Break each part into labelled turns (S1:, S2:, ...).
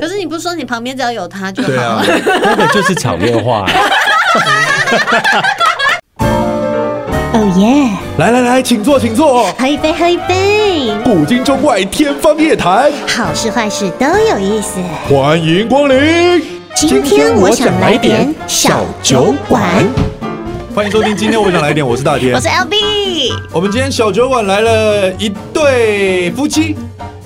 S1: 可是你不是说你旁边只要有他就好
S2: 对啊
S1: 了？，
S3: 那个就是场面话。
S4: 哦耶！
S2: 来来来，请坐，请坐。
S4: 喝一杯，喝一杯，
S2: 古今中外，天方夜谭，
S4: 好事坏事都有意思。
S2: 欢迎光临。
S4: 今天我想来点小酒馆。
S2: 欢迎收听，今天我想来点，我是 大天
S1: 我。是 LB，
S2: 我们今天小酒馆来了一对夫妻，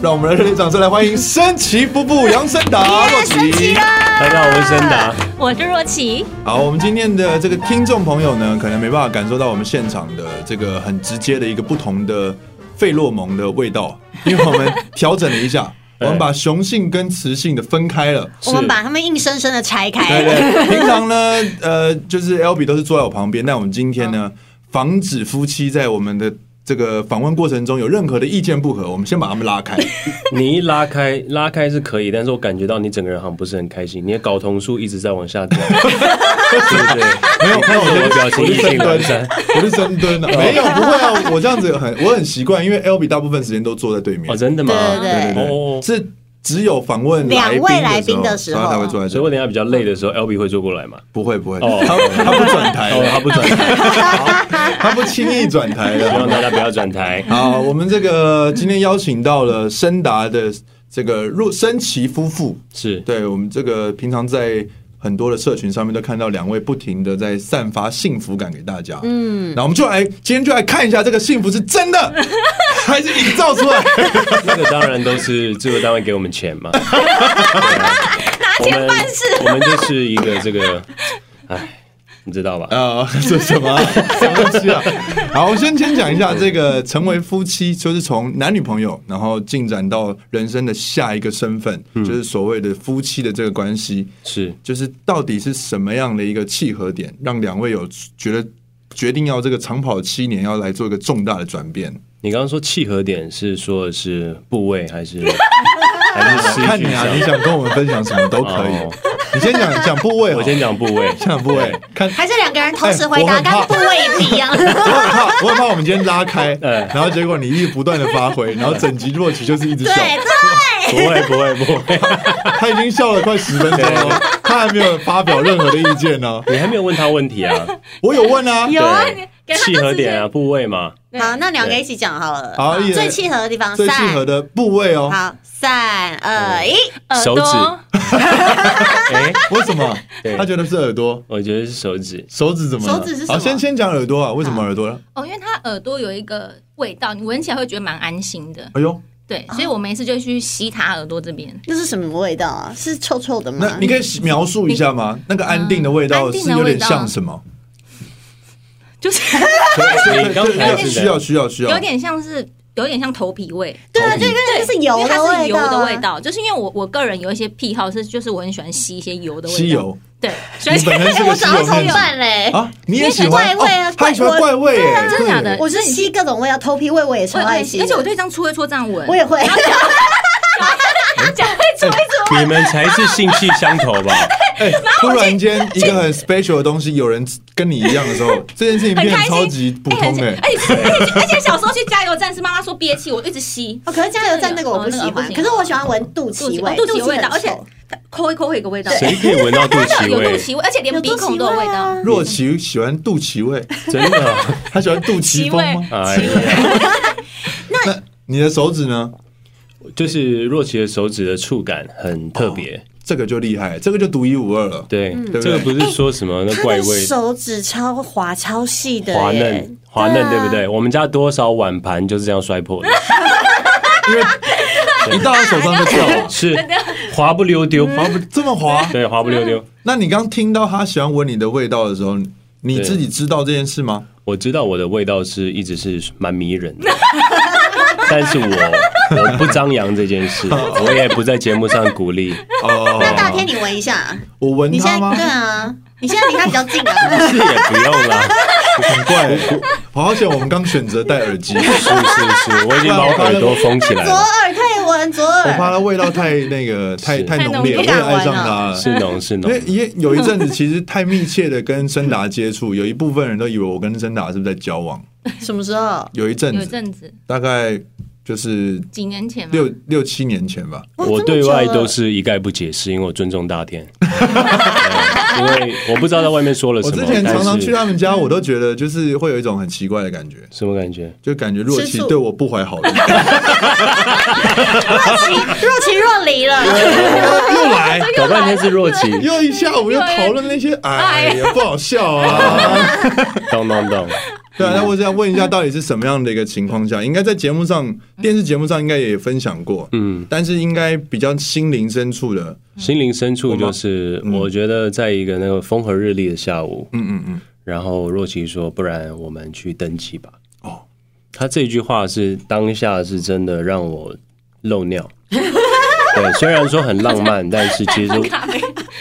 S2: 让我们来热烈掌声来欢迎升旗夫妇杨森达、洛奇。
S3: 大家好，我是申达。
S5: 我是若琪，
S2: 好，我们今天的这个听众朋友呢，可能没办法感受到我们现场的这个很直接的一个不同的费洛蒙的味道，因为我们调整了一 下，我们
S3: 哎
S2: 把雄性跟雌性的分开了。
S1: 我们把他们硬生生的拆
S2: 对
S1: 开。
S2: 对，平常呢，呃，就是 L B 都是坐在我旁边，但我们今天呢，防止夫妻在我们的这个访问过程中有任何的意见不合，我们先把他们拉开。
S3: 你一拉开，拉开是可以，但是我感觉到你整个人好像不是很开心，你的睾酮素一直在往下 掉。对不对？没有，看哦我的表情
S2: 我
S3: 意
S2: 是深
S3: 兴阑
S2: 蹲
S3: 珊。，
S2: 我是深蹲啊，没有不会啊，我这样子很我很习惯，因为 L B 大部分时间都坐在对面
S3: 哦，，真的吗？
S1: 对对
S2: 对
S3: 哦，
S2: 是只有访问
S1: 两位来宾
S2: 的
S1: 的
S2: 时
S1: 时
S2: 候
S1: 候
S2: 他才会坐在
S3: 所
S2: 这
S3: 以
S2: 里。
S3: 我等一下比较累的时候，L B 会坐过来 嘛？
S2: 不会不会，
S3: 哦
S2: 他他不转台
S3: 哦
S2: 的，
S3: 他不 转台，
S2: 他不轻易转台
S3: 希望
S2: 的。
S3: 大家不要转台。
S2: 好，我们这个今天邀请到了申达的这个若申奇夫妇，
S3: 是，
S2: 对我们这个平常在很多的社群上面都看到两位不停的在散发幸福感给大家，嗯，那我们就来今天就来看一下这个幸福是真的 还是营造出来的。
S3: 那个当然都是制作单位给我们钱 嘛，拿
S5: 钱办事
S3: 我们。我们就是一个这个，哎，你知道吧？
S2: 啊，这什 么什么东西啊？好，我先先讲一下这个成为夫妻，就是从男女朋友，然后进展到人生的下一个身份，
S3: 嗯
S2: 就是所谓的夫妻的这个关系，
S3: 是
S2: 就是到底是什么样的一个契合点，让两位有觉得决定要这个长跑七年，要来做一个重大的转变？
S3: 你刚刚说契合点是说的是部位还是还是视
S2: 看
S3: 觉
S2: 你啊，
S3: 上
S2: 你想跟我们分享什么都可以
S3: 哦。
S2: 你先讲讲部位好了，哦
S3: 我先讲部 位，
S2: 讲部位。看，
S1: 还是两个人同时回答，
S2: 哎我很怕
S1: 刚部位不一样。
S2: 我很怕，我很怕我们今天拉 开，
S3: 嗯
S2: 然后结果你一直不断的发挥，然后整集若琪就是一直笑
S1: 对，，对，
S3: 不会不会不会，
S2: 他已经笑了快十分钟了，他还没有发表任何的意见呢。
S3: 你还没有问他问题啊？
S2: 我有问啊，
S5: 有啊
S3: 对
S5: 你给他
S3: 契合点啊，部位嘛，
S1: 好，那两个一起讲好了。
S2: 好一人
S1: 最契合的地方，
S2: 最契合的哦部位哦
S1: 三。，好，三二一，
S5: 耳
S3: 手
S5: 朵
S3: 指，哎，
S2: 为什么
S3: 对？
S2: 他觉得是耳朵，
S3: 我觉得是手指，
S2: 手指怎么了？
S1: 手指是什么
S2: 好，先先讲耳朵啊，为什么耳朵呢？
S6: 哦，因为它耳朵有一个味道，你闻起来会觉得蛮安心的。
S2: 哎呦，
S6: 对，
S1: 哦
S6: 所以我每次就去吸它耳朵这边。
S1: 那是什么味道啊？是臭臭的
S2: 那
S1: 吗
S2: 你？可以描述一下吗？那个安定的味道
S6: 安定
S2: 是
S6: 的
S2: 有
S6: 味道
S2: 点像什么？
S6: 就是
S3: 你刚才是
S2: 需要需要需要，
S6: 有点像是。有点像头皮味，
S1: 对啊，就因为就是油
S6: 因
S1: 的
S6: 为它是
S1: 味
S6: 油
S1: 道
S6: 的
S1: 啊，
S6: 味道，就是因为我我个人有一些癖好是，就是我很喜欢吸一些油的味道。
S2: 吸，油。
S6: 对，喜欢
S2: 你
S6: 吸
S2: 本身
S1: 哎，
S2: 是个
S1: 我
S2: 吸
S1: 找到
S2: 油面
S1: 同
S2: 子
S1: 伴嘞。
S2: 啊，你也喜欢
S1: 你也喜欢怪味啊
S2: 哦他也喜欢怪味耶，
S6: 真的假的
S2: 对
S1: 我是吸各种味道，头皮味我也超
S6: 我
S1: 爱
S6: 也
S1: 吸的，
S6: 而且我对这样搓一搓这样闻，啊
S1: 我也 会。
S3: 你们才是性气相投吧？
S2: 哎，突然间一个很 special 的东西，有人跟你一样的时候，这件事情
S6: 很
S2: 变得
S6: 开心
S2: 超级普
S6: 哎
S2: 通
S6: 很
S2: 哎、
S6: 而且而且而且小时候去加油站是妈妈说憋气，我一直吸
S1: 哦，可是加油站那个我不喜
S6: 哦那个
S1: 欢，
S6: 不行
S1: 可是我喜欢闻肚
S6: 肚
S1: 脐
S6: 脐
S1: 味，
S6: 肚脐有味道，
S1: 很
S6: 而且
S1: 臭
S6: 抠一抠会有一个味道，
S3: 谁可以闻到肚
S6: 有
S3: 脐
S6: 肚
S3: 味？
S6: 脐味，而且连
S1: 有
S6: 鼻孔都有味道。
S1: 肚啊
S2: 若琪喜欢肚脐味，
S3: 真的啊，
S2: 他喜欢肚脐风吗？
S3: 哎呀，
S2: 那你的手指呢？
S3: 就是若琪的手指的触感很特别，
S2: 这个就厉害，这个就独一无二了。
S3: 对，
S2: 对不对
S3: 这个不是说什么那
S1: 气味啊。他
S3: 怪
S1: 的
S3: 味。
S1: 手指超滑超细的耶，啊
S3: 滑嫩，滑嫩，对不对？我们家多少碗盘就是这样摔破的，
S2: 一到他手上就 掉，
S3: 是滑不溜丢，滑不
S2: 这么滑。
S3: 对，滑不溜丢。
S2: 那你刚听到他喜欢闻你的味道的时候，你
S3: 对
S2: 自己知道这件事吗？
S3: 我知道我的味道是一直是蛮迷 人的，但是我我不张扬这件事，我也不在节目上鼓励。
S2: 哦，
S1: 那大天你闻一下，
S2: 我闻
S1: 你现
S2: 他
S1: 在
S2: 吗？
S1: 对啊，你现在离他比较近啊。
S3: 是也不用啦，
S2: 很怪，我好险我们刚选择戴耳机，
S3: 是是是，我已经把我耳朵封起来
S1: 左
S3: 了，
S1: 耳可以闻左
S2: 我
S1: 耳，
S2: 怕它味道太那个太
S3: 是
S2: 太浓烈，我
S1: 太浓
S2: 也
S1: 烈
S2: 爱上它了。
S3: 是浓是
S2: 因
S3: 浓
S2: 为，也有一阵子，其实太密切的跟森达接触，有一部分人都以为我跟森达是不是在交往。
S1: 什么时候？
S2: 有一阵
S6: 有一
S2: 子，
S6: 阵子，
S2: 大概就是
S6: 几年前吗？
S2: 六六七年前吧。
S1: 哇
S3: 我
S1: 这么
S3: 对
S1: 久
S3: 外
S1: 了
S3: 都是一概不解释，因为我尊重大 天，对因为我不知道在外面说了
S2: 我
S3: 什么。
S2: 之前常常
S3: 但是
S2: 去他们家，我都觉得就是会有一种很奇怪的感觉，
S3: 什么感觉？
S2: 就感觉若
S1: 吃
S2: 琪
S1: 醋
S2: 对我不怀好意，
S1: 若即若离了，
S2: 又来，
S3: 搞半天是若 琪，
S2: 又一下午又讨论那些，哎呀，不好笑啊。
S3: 当当当，
S2: 对啊，那我想问一下，到底是什么样的一个情况下？应该在节目上，电视节目上应该也分享过，
S3: 嗯，
S2: 但是应该比较心灵深处的，
S3: 心灵深处就是，我觉得在一个那个风和日丽的下午，
S2: 嗯嗯嗯，
S3: 然后若琪说：“不然我们去登记吧。”
S2: 哦，
S3: 他这句话是当下是真的让我漏尿。 对，虽然说很 浪漫，但是其实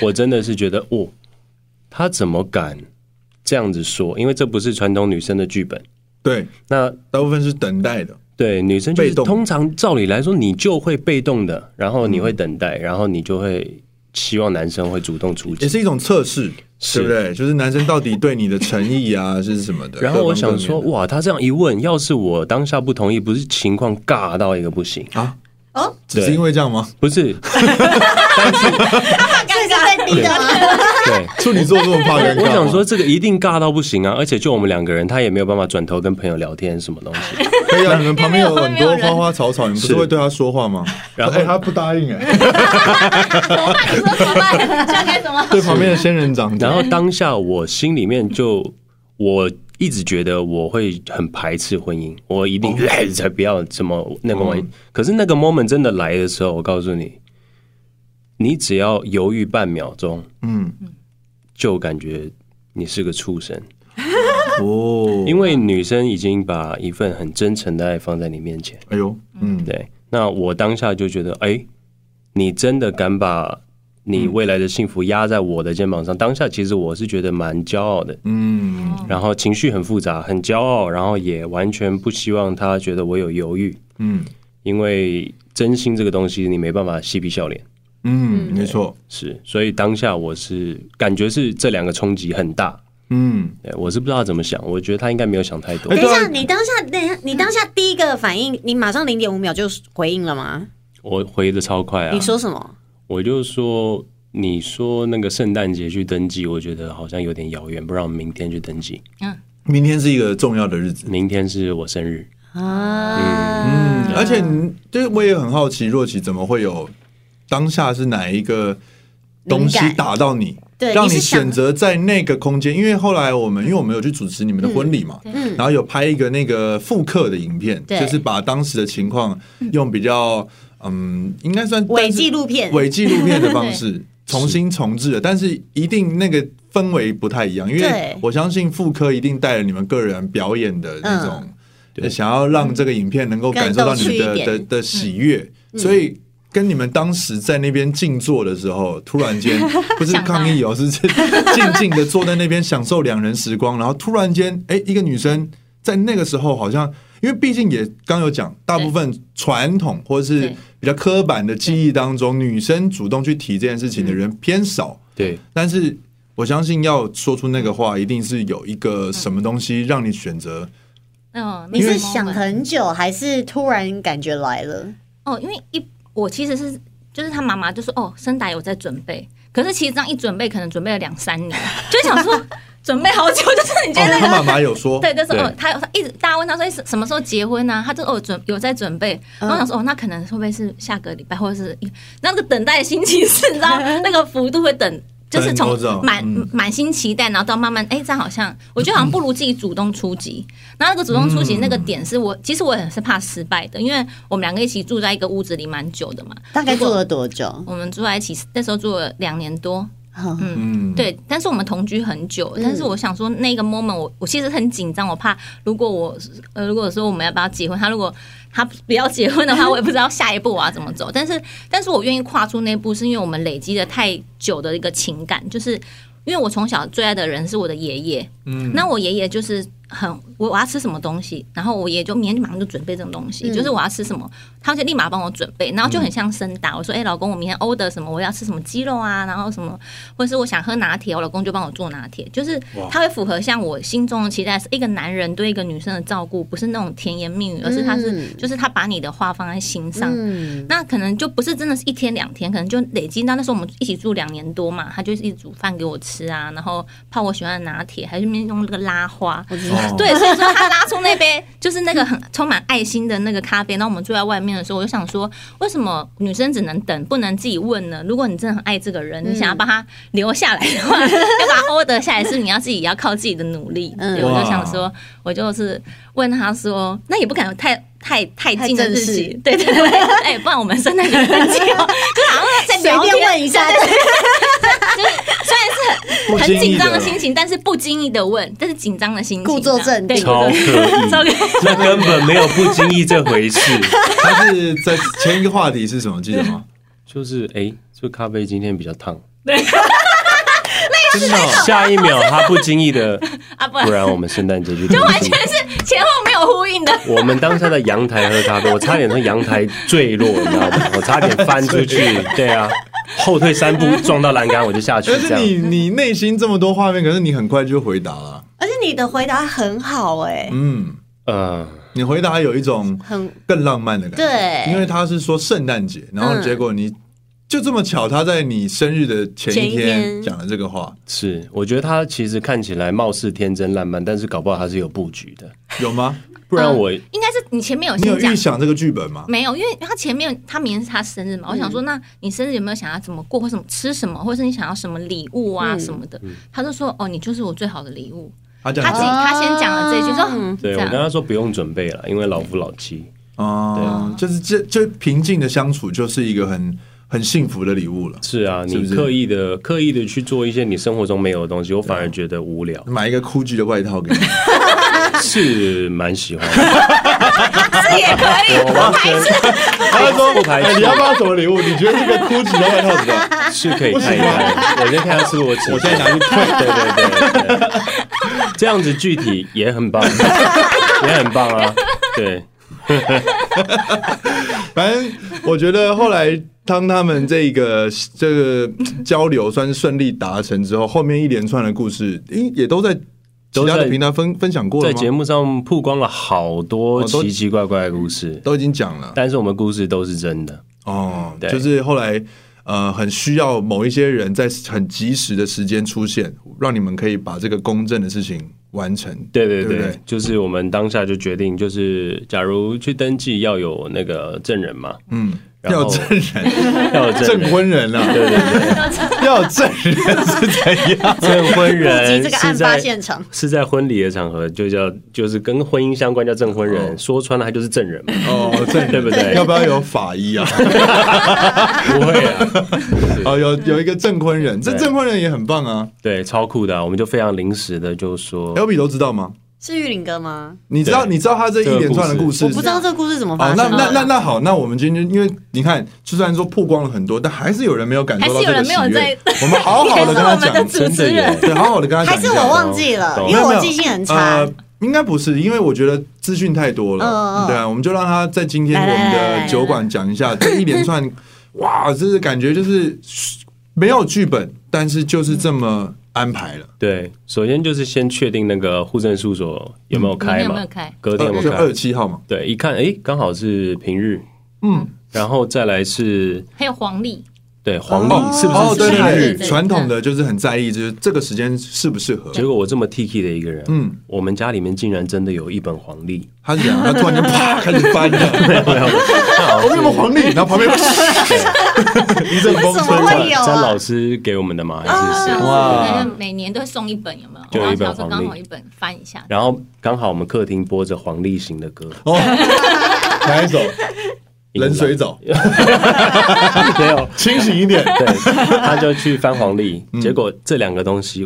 S3: 我真的是觉得，哦，他怎么敢这样子说？因为这不是传统女生的剧本。
S2: 对，
S3: 那
S2: 大部分是等待的，
S3: 对女生就是
S2: 被动
S3: 通常照理来说，你就会被动的，然后
S2: 嗯
S3: 你会等待，然后你就会希望男生会主动出击
S2: 也。是一种测试，
S3: 是
S2: 对不对？就是男生到底对你的诚意啊 是什么的。
S3: 然后我想
S2: 各
S3: 说，
S2: 方各面
S3: 哇，他这样一问，要是我当下不同意，不是情况尬到一个不行，
S2: 的啊，
S1: 哦，
S2: 只是
S3: 对
S2: 因为这样吗？
S3: 不是？
S1: 这是在逼的吗？
S3: 对，
S2: 处女座这么怕尴尬吗，
S3: 我想说这个一定尬到不行啊！而且就我们两个人，他也没有办法转头跟朋友聊天什么东西。
S2: 可以啊，你们旁边有很
S6: 没有
S2: 多
S6: 人
S2: 花花草草，你不是
S3: 是
S2: 会对他说话吗？
S3: 然后
S2: 哎他不答应 哎，
S6: 怎么办？你说怎么办？现在该怎么？
S2: 对旁边的仙人掌。
S3: 然后当下我心里面就，我一直觉得我会很排斥婚姻，我一定
S2: 哦
S3: 才不要这么那个玩意。
S2: 嗯
S3: 可是那个 moment 真的来的时候，我告诉你，你只要犹豫半秒钟，
S2: 嗯，
S3: 就感觉你是个畜生。
S2: 哦，
S3: 因为女生已经把一份很真诚的爱放在你面前，
S2: 哎呦，嗯，
S3: 对。那我当下就觉得，哎，你真的敢把你未来的幸福压在我的肩膀上？当下其实我是觉得蛮骄傲的，
S2: 嗯，
S3: 然后情绪很复杂，很骄傲，然后也完全不希望他觉得我有犹豫，
S2: 嗯，
S3: 因为真心这个东西你没办法嬉皮笑脸，
S2: 嗯，没错，
S3: 是。所以当下我是感觉是这两个冲击很大，
S2: 嗯，
S3: 对我是不知道他怎么想，我觉得他应该没有想太多
S2: 哎
S1: 等。一
S2: 对
S1: 下，
S2: 啊
S1: 你当下，等一下，你当下第一个反应，你马上零点五秒就回应了吗？
S3: 我回的超快啊！
S1: 你说什么？
S3: 我就说，你说那个圣诞节去登记，我觉得好像有点遥远，不然我们明天去登记。
S2: 明天是一个重要的日子，
S3: 明天是我生日，嗯
S1: 啊，
S2: 嗯而且你就是我也很好奇，若琪怎么会有当下是哪一个东西
S1: 灵感
S2: 打到你？
S1: 对
S2: 让
S1: 你是想
S2: 选择在那个空间，因为后来我们，因为我们有去主持你们的婚礼嘛，然后有拍一个那个复刻的影片，
S1: 嗯对
S2: 就是把当时的情况用比较嗯，应该算
S1: 伪纪录片
S2: 伪纪录片的 方式重新重置了，但是一定那个氛围不太一样，因为
S1: 对
S2: 我相信复刻一定带了你们个人表演的那
S1: 嗯
S2: 种，
S3: 对
S2: 想要让这个影片能够感受到你们
S1: 更逗趣
S2: 的
S1: 一点
S2: 的的喜悦，所以。跟你们当时在那边静坐的时候，突然 间不是抗议哦，是是静静的坐在那边享受两人时光，然后突然间，哎、一个女生在那个时候好像，因为毕竟也刚有讲，大部分传统或是
S6: 对
S2: 比较刻板的记忆当中，女生主动去提这件事情的人偏少，
S3: 对，
S2: 但是我相信要说出那个话，一定是有一个什么东西让你选择，
S6: 嗯，那
S1: 你
S6: 个
S1: 是
S6: moment
S1: 想很久，还是突然感觉来了？
S6: 哦，因为一我其实是就是他妈妈就说哦，生达有在准备，可是其实这样一准备，可能准备了两三年，就想说准备好久，就是你觉
S2: 哦
S6: 得，那
S2: 他
S6: 个。
S2: 妈妈有 说，
S6: 对，就是哦
S3: 对，
S6: 他他一直大家问他说什么时候结婚啊？他就哦准有在准备，
S1: 嗯
S6: 然后我想说哦，那可能会不会是下个礼拜，或者是那个等待的心情是，你知道 那个幅度会等，就是
S2: 嗯
S6: 从
S2: 我知道
S6: 满
S2: 嗯
S6: 满心期待，然后到慢慢哎，这样好像我觉得好像不如自己主动出击。然后那个主动出击那个点是我，其实我也是怕失败的，因为我们两个一起住在一个屋子里蛮久的嘛，
S1: 大概
S6: 如果
S1: 做了多久？
S6: 我们住在一起那时候住了两年多，
S2: 嗯，
S6: 对，但是我们同居很久，但是我想说那个 moment，我我其实很紧张，我怕如果我呃如果说我们要不要结婚，他如果他不要结婚的话，我也不知道下一步我要怎么走。但是，但是我愿意跨出那一步，是因为我们累积的太久的一个情感，就是因为我从小最爱的人是我的爷爷，嗯，那我爷爷就是很我我要吃什么东西，然后我也就明天就马上就准备这种东西，就是我要吃什么，他就立马帮我准备，然后就很像生打。我说，哎、老公，我明天 order 什么？我要吃什么鸡肉啊，然后什么，或者是我想喝拿铁，我老公就帮我做拿铁，就是他会符合像我心中的期待，是一个男人对一个女生的照顾，不是那种甜言蜜语，而是他是、
S1: 嗯
S6: 就是他把你的话放在心上，
S1: 嗯，
S6: 那可能就不是真的是一天两天，可能就累积到那时候我们一起住两年多嘛，他就一直煮饭给我吃啊，然后泡我喜欢的拿铁，还是用那个拉花。
S1: 我知道，
S2: 哦
S6: 对，所以说他拉出那杯就是那个很充满爱心的那个咖啡。然后我们坐在外面的时候，我就想说，为什么女生只能等，不能自己问呢？如果你真的很爱这个人，你想要
S1: 嗯
S6: 把他留下来的话， 要把他 order 下来是你要自己要靠自己的努力。
S1: 嗯
S6: 对，我就想
S2: 哇
S6: 说，我就是问他说，那也不敢太太太
S1: 太
S6: 近的
S1: 正
S6: 自
S1: 式
S6: 己，对对对，哎、不然我们圣诞节分期哦， 就好像在
S1: 随
S6: 聊
S1: 便
S6: 天，
S1: 问一下，
S2: 不
S6: 很
S2: 经意
S6: 紧张
S2: 的
S6: 的 心情，但是不经意的问，这是紧张的心情，
S1: 故作镇定
S6: 对
S3: 超刻
S6: 超刻
S3: 意，那根本没有不经意这回事。
S2: 他是在前一个话题是什么？记得吗？
S3: 就是哎、这咖啡今天比较烫，哦
S2: 真的哦
S3: 下一秒他不经 意的，
S6: 啊，不
S3: 不
S6: 然
S3: 然我们圣诞节就就
S6: 完全是前后没有呼应的。
S3: 我们当下在阳台喝咖啡，我差点从阳台坠落，你知道吗？我差点 翻出去，对啊，后退三步撞到栏杆，我就下去
S2: 但
S3: 这
S2: 是你
S3: 样。
S2: 你内心这么多画面，可是你很快就回答了。
S1: 而且你的回答很好哎，
S2: 嗯，
S3: 呃，
S2: 你回答有一种
S1: 很
S2: 更浪漫的感觉，
S1: 对
S2: 因为他是说圣诞节，然
S6: 嗯
S2: 后结果你就这么巧，他在你生日的前
S1: 前
S2: 一
S1: 一天
S2: 天讲了这个话，
S3: 是，我觉得他其实看起来貌似天真烂漫，但是搞不好他是有布局的，
S6: 嗯
S2: 有吗？
S3: 不然我
S6: 应该是你前面有
S2: 你有
S6: 哦先讲
S2: 预。想这个剧本吗？
S6: 没有，因为他前面他明天是他生日
S2: 嗯
S6: 嘛，我想说，那你生日有没有想要怎么过，或什么吃什么，或是你想要什么礼物啊、
S1: 嗯
S6: 什么的？他就说，哦，你就是我最好的礼物。
S2: 他讲
S6: 他自己
S2: 的
S6: 他先讲了这一句，
S2: 啊
S6: 说嗯
S3: 对
S6: 这
S3: 我跟
S6: 样
S3: 他说不用准备了，因为老夫老妻。啊
S2: 哦，就是这就平静的相处，就是一个很很幸福的礼物了。
S3: 是啊，
S2: 是不
S3: 你
S2: 是啊
S3: 刻意的刻意的去做一些你生活中没有的东西，我反而觉得无 聊，
S2: 买一个 GUCCI 的外套给你，
S3: 是蛮 喜欢的。
S6: 这也可以。
S3: 我完全
S2: 他说
S3: 不排斥
S2: 哎你要不要什么礼物？你觉得这个 GUCCI 的外套怎么样？
S3: 是可以看一看，我先看他是不是我尺
S2: 我
S3: 寸
S2: 现在拿去退。
S3: 对对对 对，这样子具体也很棒，也很棒啊。对，
S2: 反正我觉得后来当他们这个这个交流算是顺利达成之后，后面一连串的故事，诶，也都在其他
S3: 都
S2: 的
S3: 在
S2: 平台分分享过
S3: 在
S2: 了
S3: 节
S2: 吗？
S3: 目上曝光了好多
S2: 哦都
S3: 奇奇怪怪的故事，
S2: 都已经讲了
S3: 但是我们故事都是真的。
S2: 哦，
S3: 对
S2: 就是后来。呃，很需要某一些人在很及时的时间出现，让你们可以把这个公正的事情完成。
S3: 对
S2: 对
S3: 对
S2: 不
S3: 对
S2: 对，
S3: 就是我们当下就决定，就是假如去登记要有那个证 人嘛，
S2: 嗯，
S3: 然
S2: 要
S3: 后
S2: 有证人，
S3: 要有证
S2: 证
S3: 人，
S2: 婚 人啊，
S3: 对对对，
S2: 要有证人是怎样？
S3: 证婚
S1: 顾 及
S3: 人
S1: 这个
S3: 是
S1: 案发
S3: 在
S1: 现场，
S3: 是在婚礼的场合，就叫就是跟婚姻相关叫证婚人，
S2: 哦
S3: 说穿了他就是证人嘛，
S2: 哦，证人
S3: 对不对
S2: 要不要有法医啊？
S3: 不会啊。
S2: 哦，有有一个证婚人，这
S3: 对
S2: 证婚人也很棒啊。
S3: 对，超酷的啊、我们就非常临时的就说，
S2: L B 都知道吗？
S1: 是玉林哥吗？
S2: 你知道你知道他这一连串的故事？
S1: 我不知道这个故事怎么
S2: 哦
S1: 发，
S2: 那
S1: 生的。
S2: 那那那好，那我们今天因为你看，虽然说曝光了很多，但还是有人没有感受到这个喜
S6: 还是有人没
S2: 悦
S6: 有。
S2: 我们好好的跟他
S6: 还是我们的
S2: 讲，
S6: 主
S3: 真的
S6: 持
S3: 耶
S6: 人，
S2: 对，好好的跟他讲
S1: 还
S2: 一
S1: 是
S2: 下。
S1: 我忘记了，
S3: 懂
S1: 因为
S2: 没
S1: 我
S2: 有
S1: 记性很差
S2: 呃。，应该不是，因为我觉得资讯太多
S1: 嗯嗯
S2: 了。
S1: 嗯
S2: 对啊，我们就让他在今天
S1: 来来
S2: 我们
S1: 来来
S2: 的
S1: 来
S2: 酒馆讲一下这一连串，哇，这是感觉就是没有剧本，但是就是这么安排了。
S3: 对，首先就是先确定那个户政事务所有没有开
S6: 有
S3: 嘛，
S6: 没有开
S3: 隔天有没
S2: 就
S3: 有
S2: 呃二十
S3: 开？
S2: 七号嘛，
S3: 对，一看，哎，刚好是平日，
S2: 嗯，
S3: 然后再来是
S6: 还有黄历，
S3: 对黄
S2: 哦
S3: 历是
S2: 哦，
S3: 不
S2: 对
S3: 是
S2: 对
S3: 平
S6: 对
S3: 日？
S2: 对
S6: 对对
S2: 传统的就是很在意，就是这个时间适不适合。
S3: 结果我这么 T K 的一个人，
S2: 嗯，
S3: 我们家里面竟然真的有一本黄历，
S2: 他是怎样？他突然间 啪开始翻了，我有没有黄历？然后 旁边一阵风
S1: 为什
S2: 吹
S1: 么
S2: 来，
S1: 会有
S3: 张
S1: 啊
S3: 张老师给我们的嘛，还是
S6: 对
S3: 谁？
S2: 哇
S6: 就是每年都会送一本，有没有？
S3: 就有一本
S6: 然后想说
S3: 黄历
S6: 刚好一本翻一下，
S3: 然后刚好我们客厅播着黄立行的歌，
S2: 哦， 哪 一首？冷水澡，
S3: 没有，
S2: 清醒一点。
S3: 对，他就去翻黄历，结果这两个东西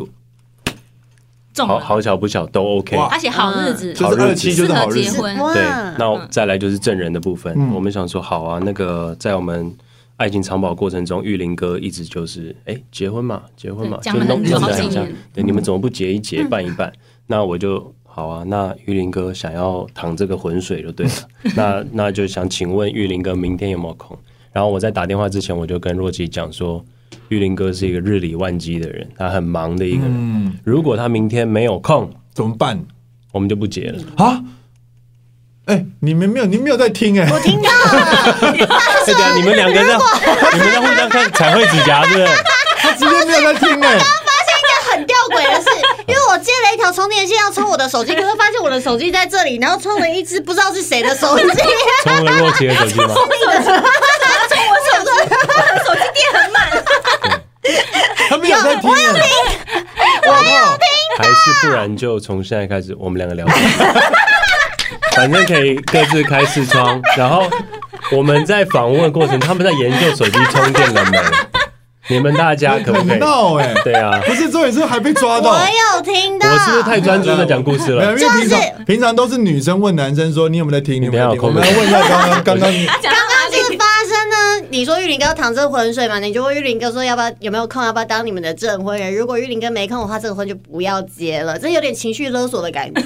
S6: 中
S3: 好
S6: 了，
S3: 好巧不巧都 OK，
S2: 哇
S6: 而且好日子，
S2: 就是
S3: 好
S2: 二
S3: 日
S2: 七
S3: 子
S2: 就是好日
S6: 适合
S2: 子
S6: 结婚
S1: 哇
S3: 对，
S6: 嗯
S3: 那再来就是证人的部分，
S2: 嗯
S3: 我们想说，好啊，那个在我们爱情长跑过程中，玉林哥一直就是，哎、结婚嘛，结婚嘛，
S6: 对
S3: 就
S6: 讲了
S3: 弄
S6: 很久
S3: 弄
S6: 好
S3: 这
S6: 几
S2: 嗯
S3: 样，
S6: 年嗯
S3: 对，你们怎么不结一结，办一办？那我就好啊，那玉林哥想要淌这个浑水就对 了，那那就想请问玉林哥明天有没有空？然后我在打电话之前，我就跟若琪讲说，玉林哥是一个日理万机的人，他很忙的一个人。
S2: 嗯，
S3: 如果他明天没有空，
S2: 怎么办
S3: 我们就不结了。
S2: 啊？哎、你们没有，你没有在听哎、
S1: 听到
S3: 对啊，你们两个在，你们在互相看踩会指甲，是不是？
S2: 他直接没有在听 哎、
S1: 很吊诡的是，因为我接了一条充电线要充我的手机，可是发现我的手机在这里，然后充了一只不知道是谁的手机，
S3: 充了若琪的手机吗？
S2: 他没有在听哎、我没有听，
S3: 还是不然就从现在开始，我们两个聊天。反正可以各自开视窗，然后我们在访问过程，他们在研究手机充电了没？你们大家可不可
S2: 很
S3: 以？
S2: 闹哎、
S3: 对啊，
S2: 不是，重点是还被抓到。
S1: 我有听到
S3: 我。是不是太专注在讲故事
S2: 没有，因
S3: 了？
S2: 为平常平常都是女生问男生说你有没有在听，你有没有在听？我
S3: 你
S2: 们
S3: 等一
S2: 要问一下刚
S3: 下有
S2: 刚刚刚你
S1: 刚
S6: 讲
S1: 刚是发生呢，你说玉林哥淌这浑水嘛，你就问玉林哥说要不要有没有空，要不要当你们的证婚人？如果玉林哥没空的话，这个婚就不要结了，这有点情绪勒索的 感觉。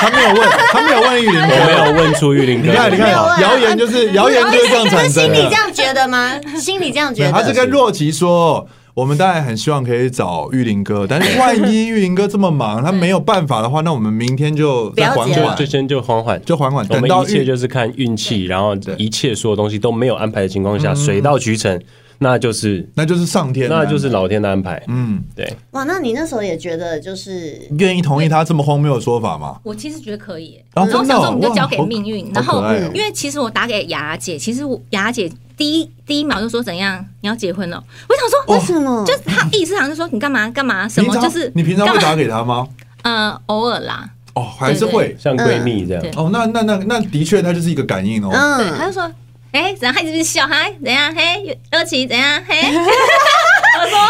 S2: 他没有问，他没有问玉林
S3: 我没
S2: 哥。
S3: 有问出玉林哥。
S2: 你看，你看
S1: 没有问，啊
S2: 谣言就是谣言就是这样产
S1: 心
S2: 生
S1: 里这
S2: 的。
S1: 样觉得 吗？心里这样觉得？
S2: 对他是跟若琪说，我们当然很希望可以找玉林哥，但是万一玉林哥这么忙，他没有办法的话，那我们明天就再缓
S1: 不要
S3: 就
S2: 缓
S3: 就，先就缓缓，
S2: 就缓缓，啊
S3: 我
S2: 等
S3: 们
S2: 到
S3: 一切
S2: 玉
S3: 就是看运气，然后一切所有东西都没有安排的情况下，水到渠成，那就是
S2: 那就是上嗯天，啊
S3: 那就是老天的安排。
S2: 嗯，
S3: 对，
S1: 哇，那你那时候也觉得就是
S2: 愿意同意他这么荒谬的说法吗？
S6: 我其实觉得可以耶，
S2: 哦
S6: 然后我
S2: 真的
S6: 想
S2: 哦
S6: 说我们就交给
S2: 哇好
S6: 命运。
S2: 好
S6: 然
S2: 可
S6: 后
S2: 爱哦
S6: 因为其实我打给雅雅姐，其实我雅雅姐第一第一秒就说怎样你要结婚了，我想
S2: 哦
S6: 说
S1: 为什么？
S6: 就是他意思好像是说你干嘛干嘛什
S2: 平
S6: 么，
S2: 常
S6: 就是
S2: 你平常会
S6: 干嘛
S2: 打给他吗？
S6: 呃偶尔啦，
S2: 哦，还是
S6: 对对
S2: 会
S3: 像闺蜜这
S6: 嗯。
S3: 样
S6: 对
S2: 哦，那那那那的确，他就是一个感应哦。
S6: 对，
S1: 嗯，
S6: 他就说哎怎样，他一直笑嗨怎样嘿热奇怎样嘿，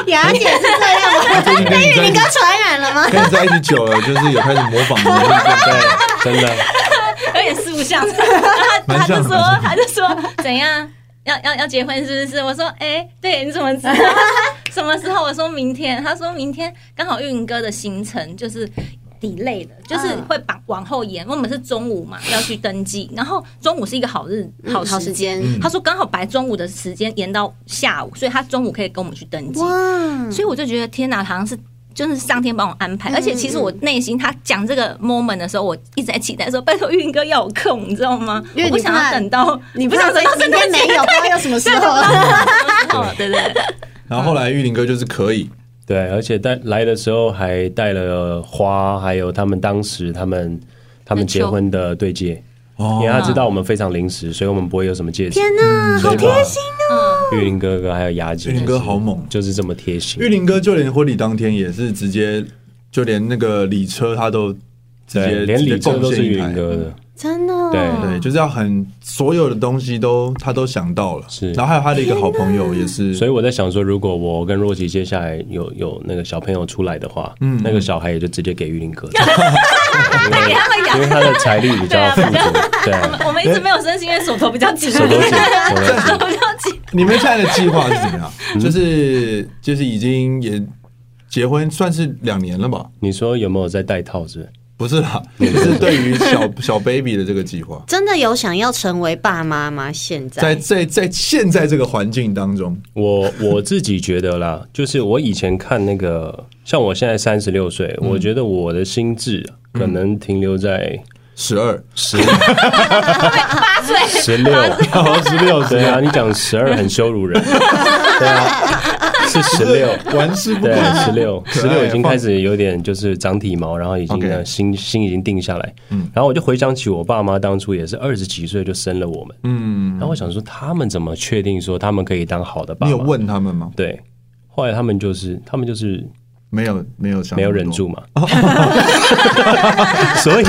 S1: 雅姐是这样吗？
S2: 最近跟你在
S1: 你
S2: 一
S1: 哥
S2: 起，
S1: 传染了吗？
S2: 跟你在一起久了，就是有开始模仿你的 意见，
S3: 对，真的，
S6: 有点四不像，然后他
S2: 蛮
S6: 他就
S2: 像的
S6: 说他就说怎样。要要要结婚是不是？我说哎、对，你怎么知道？什么时候？我说明天。他说明天刚好运哥的行程就是 delay 的，就是会把往后延。我们是中午嘛要去登记，然后中午是一个好日好
S1: 好
S6: 时
S1: 时
S6: 间。
S1: 间
S2: 嗯
S6: 他说刚好把中午的时间延到下午，所以他中午可以跟我们去登记。
S1: 哇，
S6: 所以我就觉得天哪，好像是就是上天帮我安排。而且其实我内心他讲这个 moment 的时候，我一直在期待说，拜托玉林哥要有空，你嗯知道吗？
S1: 因为你
S6: 我不想要
S1: 怕
S6: 等到，
S1: 你
S6: 不想等到
S1: 今
S6: 圣诞
S1: 天
S6: 节
S1: 没有，不知道要什么时候啊了。
S6: 哦，对对对，
S2: 然后后来玉林哥就是可以，
S3: 对，而且带来的时候还带了花，还有他们当时他们他们结婚的对戒，因
S2: 哦
S3: 为他知道我们非常临时，所以我们不会有什么戒指。
S1: 天哪，
S3: 所
S1: 好
S3: 以
S1: 贴
S3: 把
S1: 心！
S6: 嗯，
S3: 玉林哥哥还有雅姐，
S2: 玉林哥好猛
S3: 就是这么贴心。
S2: 玉林哥就连婚礼当天也是直接，就连那个礼车他都直接
S3: 对，连
S2: 直接
S3: 礼车
S2: 贡
S3: 都是
S2: 献一
S3: 玉
S2: 台
S3: 林，哥的，
S1: 真的哦，
S3: 对
S2: 对，就是要很所有的东西都他都想到了，
S3: 是
S2: 然后还有他的一个好朋友也是，
S3: 所
S2: 以
S3: 以我在想说，如果我跟若琪接下来有有那个小朋友出来的话，
S2: 嗯
S3: 那个小孩也就直接给玉林哥，
S6: 带给他们
S3: 因为
S6: 养。
S3: 他的财力比较富足，对啊，
S6: 我们一直没有生，是因为手头比较紧，
S3: 手 头紧，手头紧。
S6: 手头比较紧。
S2: 你们现在的计划是怎么
S3: 嗯
S2: 样？就是就是已经也结婚算是两年了吧？
S3: 你说有没有在戴套是不是？
S2: 不是啦，就是对于小 小 baby 的这个计划，
S1: 真的有想要成为爸妈吗？现在
S2: 在在在现在这个环境当中，
S3: 我我自己觉得啦，就是我以前看那个，像我现在三十六岁，我觉得我的心智啊可能停留在
S2: 十二
S3: 十
S6: 啊
S3: 十六，十六，对啊，你讲十二很羞辱人，对啊，是十六。
S2: 玩世不恭
S3: 对，，十六，
S2: 可
S3: 十
S2: 爱啊
S3: 六已经开始有点就是长体毛，然后已经
S2: OK
S3: 呢心心已经定下来。
S2: 嗯
S3: 然后我就回想起我爸妈当初也是二十几岁就生了我们，
S2: 嗯
S3: 然，后我想说他们怎么确定说他们可以当好的爸
S2: 你
S3: 妈？
S2: 有问他们吗？
S3: 对，后来他们就是他们就是
S2: 没有，没有想，
S3: 没有忍。住嘛，所以